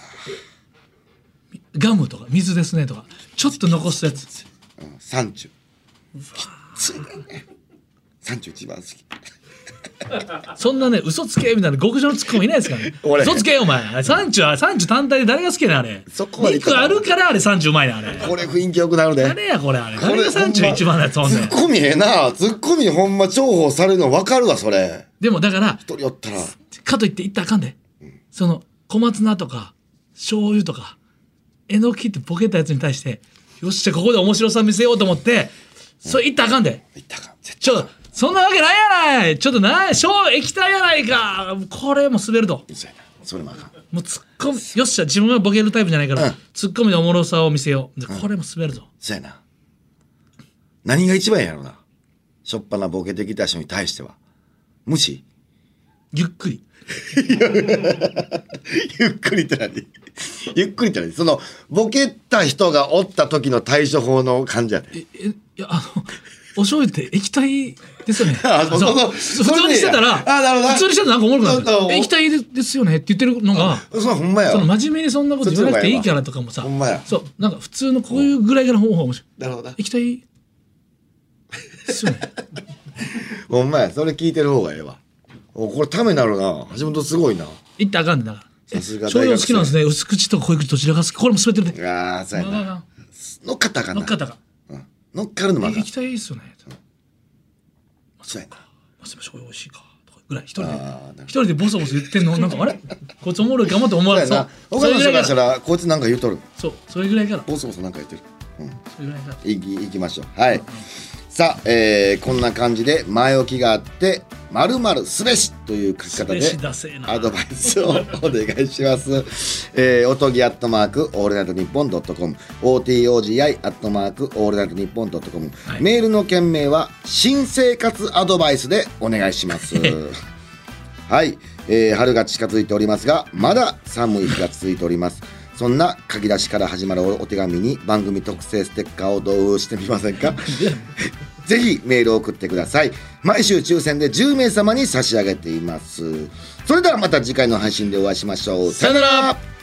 Speaker 3: ガムとか水ですねとかちょっと残すやつ
Speaker 4: うん、サンチュ。きついだね。サンチュ一番好き。
Speaker 3: そんなね嘘つけみたいな極上のツッコミいないですからね
Speaker 4: 俺
Speaker 3: 嘘つけよお前サンチュはサンチュ単体で誰が好きなのあれ
Speaker 4: そこまでいか
Speaker 3: 肉
Speaker 4: ない
Speaker 3: あるからあれサンチュうまいなあれ
Speaker 4: これ雰囲気良くなるで。
Speaker 3: 誰やこれあれ
Speaker 4: これ
Speaker 3: 誰がサンチュ一番のやつ
Speaker 4: ほ
Speaker 3: お
Speaker 4: ん
Speaker 3: ん
Speaker 4: まツ
Speaker 3: ねん
Speaker 4: ッコミええな。ツッコミほんま重宝されるのわかるわ、それ。
Speaker 3: でもだから
Speaker 4: 一人おったら。
Speaker 3: かといって言ったらあかんで、その小松菜とか醤油とかえのきってボケたやつに対してよっしゃここで面白さ見せようと思ってそれ言ったらあかんで、
Speaker 4: いったか。絶
Speaker 3: ちょそんなわけないやないちょっとな醤液体やないかこれも滑ると
Speaker 4: 対そうやな。それもあかん。
Speaker 3: もうツッコミよっしゃ自分はボケるタイプじゃないから、
Speaker 4: うん
Speaker 3: ツッコミのおもろさを見せようでこれも滑るぞ、
Speaker 4: そうやな。何が一番やろな。しょっぱなボケてきた人に対しては。無視
Speaker 3: ゆっくり
Speaker 4: ゆっくりって何ゆっくりって何その、ボケた人がおった時の対処法の感じやで。
Speaker 3: えいやあのお醤油って液体ですよね
Speaker 4: <laughs> あそうそうそう
Speaker 3: 普通にしてたら
Speaker 4: それでいいやあなるほど
Speaker 3: 普通にしてたらなんかおもろく
Speaker 4: そう
Speaker 3: な
Speaker 4: そう
Speaker 3: る液体ですよねって言ってるのが
Speaker 4: そのほんまや
Speaker 3: そ
Speaker 4: わ
Speaker 3: の。真面目にそんなこと言わなくていいからとかも
Speaker 4: そ
Speaker 3: さ
Speaker 4: っちの方がええわほんまや
Speaker 3: そうなんか普通のこういうぐらいの方法面白い
Speaker 4: なるほどな。
Speaker 3: 液体そう
Speaker 4: <laughs>
Speaker 3: ね
Speaker 4: ほんまや、それ聞いてる方がええわ。おこれためになるな。橋本すごいな。
Speaker 3: 言ったらあかんねんだから
Speaker 4: さすが大学生
Speaker 3: 醤油好きなんですね薄口と濃い口どちらが好きこれも滑ってるね
Speaker 4: ああ、そうや
Speaker 3: あかんあか
Speaker 4: な。
Speaker 3: ん
Speaker 4: 乗っかったらあかん
Speaker 3: 乗
Speaker 4: な。
Speaker 3: っかったか
Speaker 4: うん乗っかるのもあかん
Speaker 3: 行きたいですよね
Speaker 4: そうやな。
Speaker 3: まあそれ醤油美味しいかとかぐらい一人で
Speaker 4: あーなるほど
Speaker 3: 一人でボソボソ言ってんのなんかあれこいつおもろいかもって思わ
Speaker 4: そう
Speaker 3: れ
Speaker 4: や
Speaker 3: そ
Speaker 4: な。他の
Speaker 3: うそれ
Speaker 4: 人
Speaker 3: ぐら
Speaker 4: か
Speaker 3: い
Speaker 4: らした
Speaker 3: から
Speaker 4: ら、こいつなんか言うとる。
Speaker 3: そうそれぐらいから
Speaker 4: ボソボソなんか言ってる。うん。
Speaker 3: それぐらいから
Speaker 4: いきいきましょう。はい。さあ、えーこんな感じで前置きがあって、まるまるすべしという書き方
Speaker 3: レ
Speaker 4: で。
Speaker 3: シダセーな
Speaker 4: アドバイスをお願いします。えー、おとぎアットマークオールナイトニッポンドットコム、OTOGI アットマークオールナイトニッポンドットコム
Speaker 3: は、い
Speaker 4: メールの件名は新生活アドバイスでお願いし
Speaker 3: <laughs>
Speaker 4: ます。はい、えー春が近づいておりますが、まだ寒い日が続いております。そんな書き出しから始まるおお手紙に番組特製ステッカーを同封してみませんかぜひメールを送ってください。毎週抽選で10名様に差し上げています。それではまた次回の配信でお会いしましょう。
Speaker 3: さよなら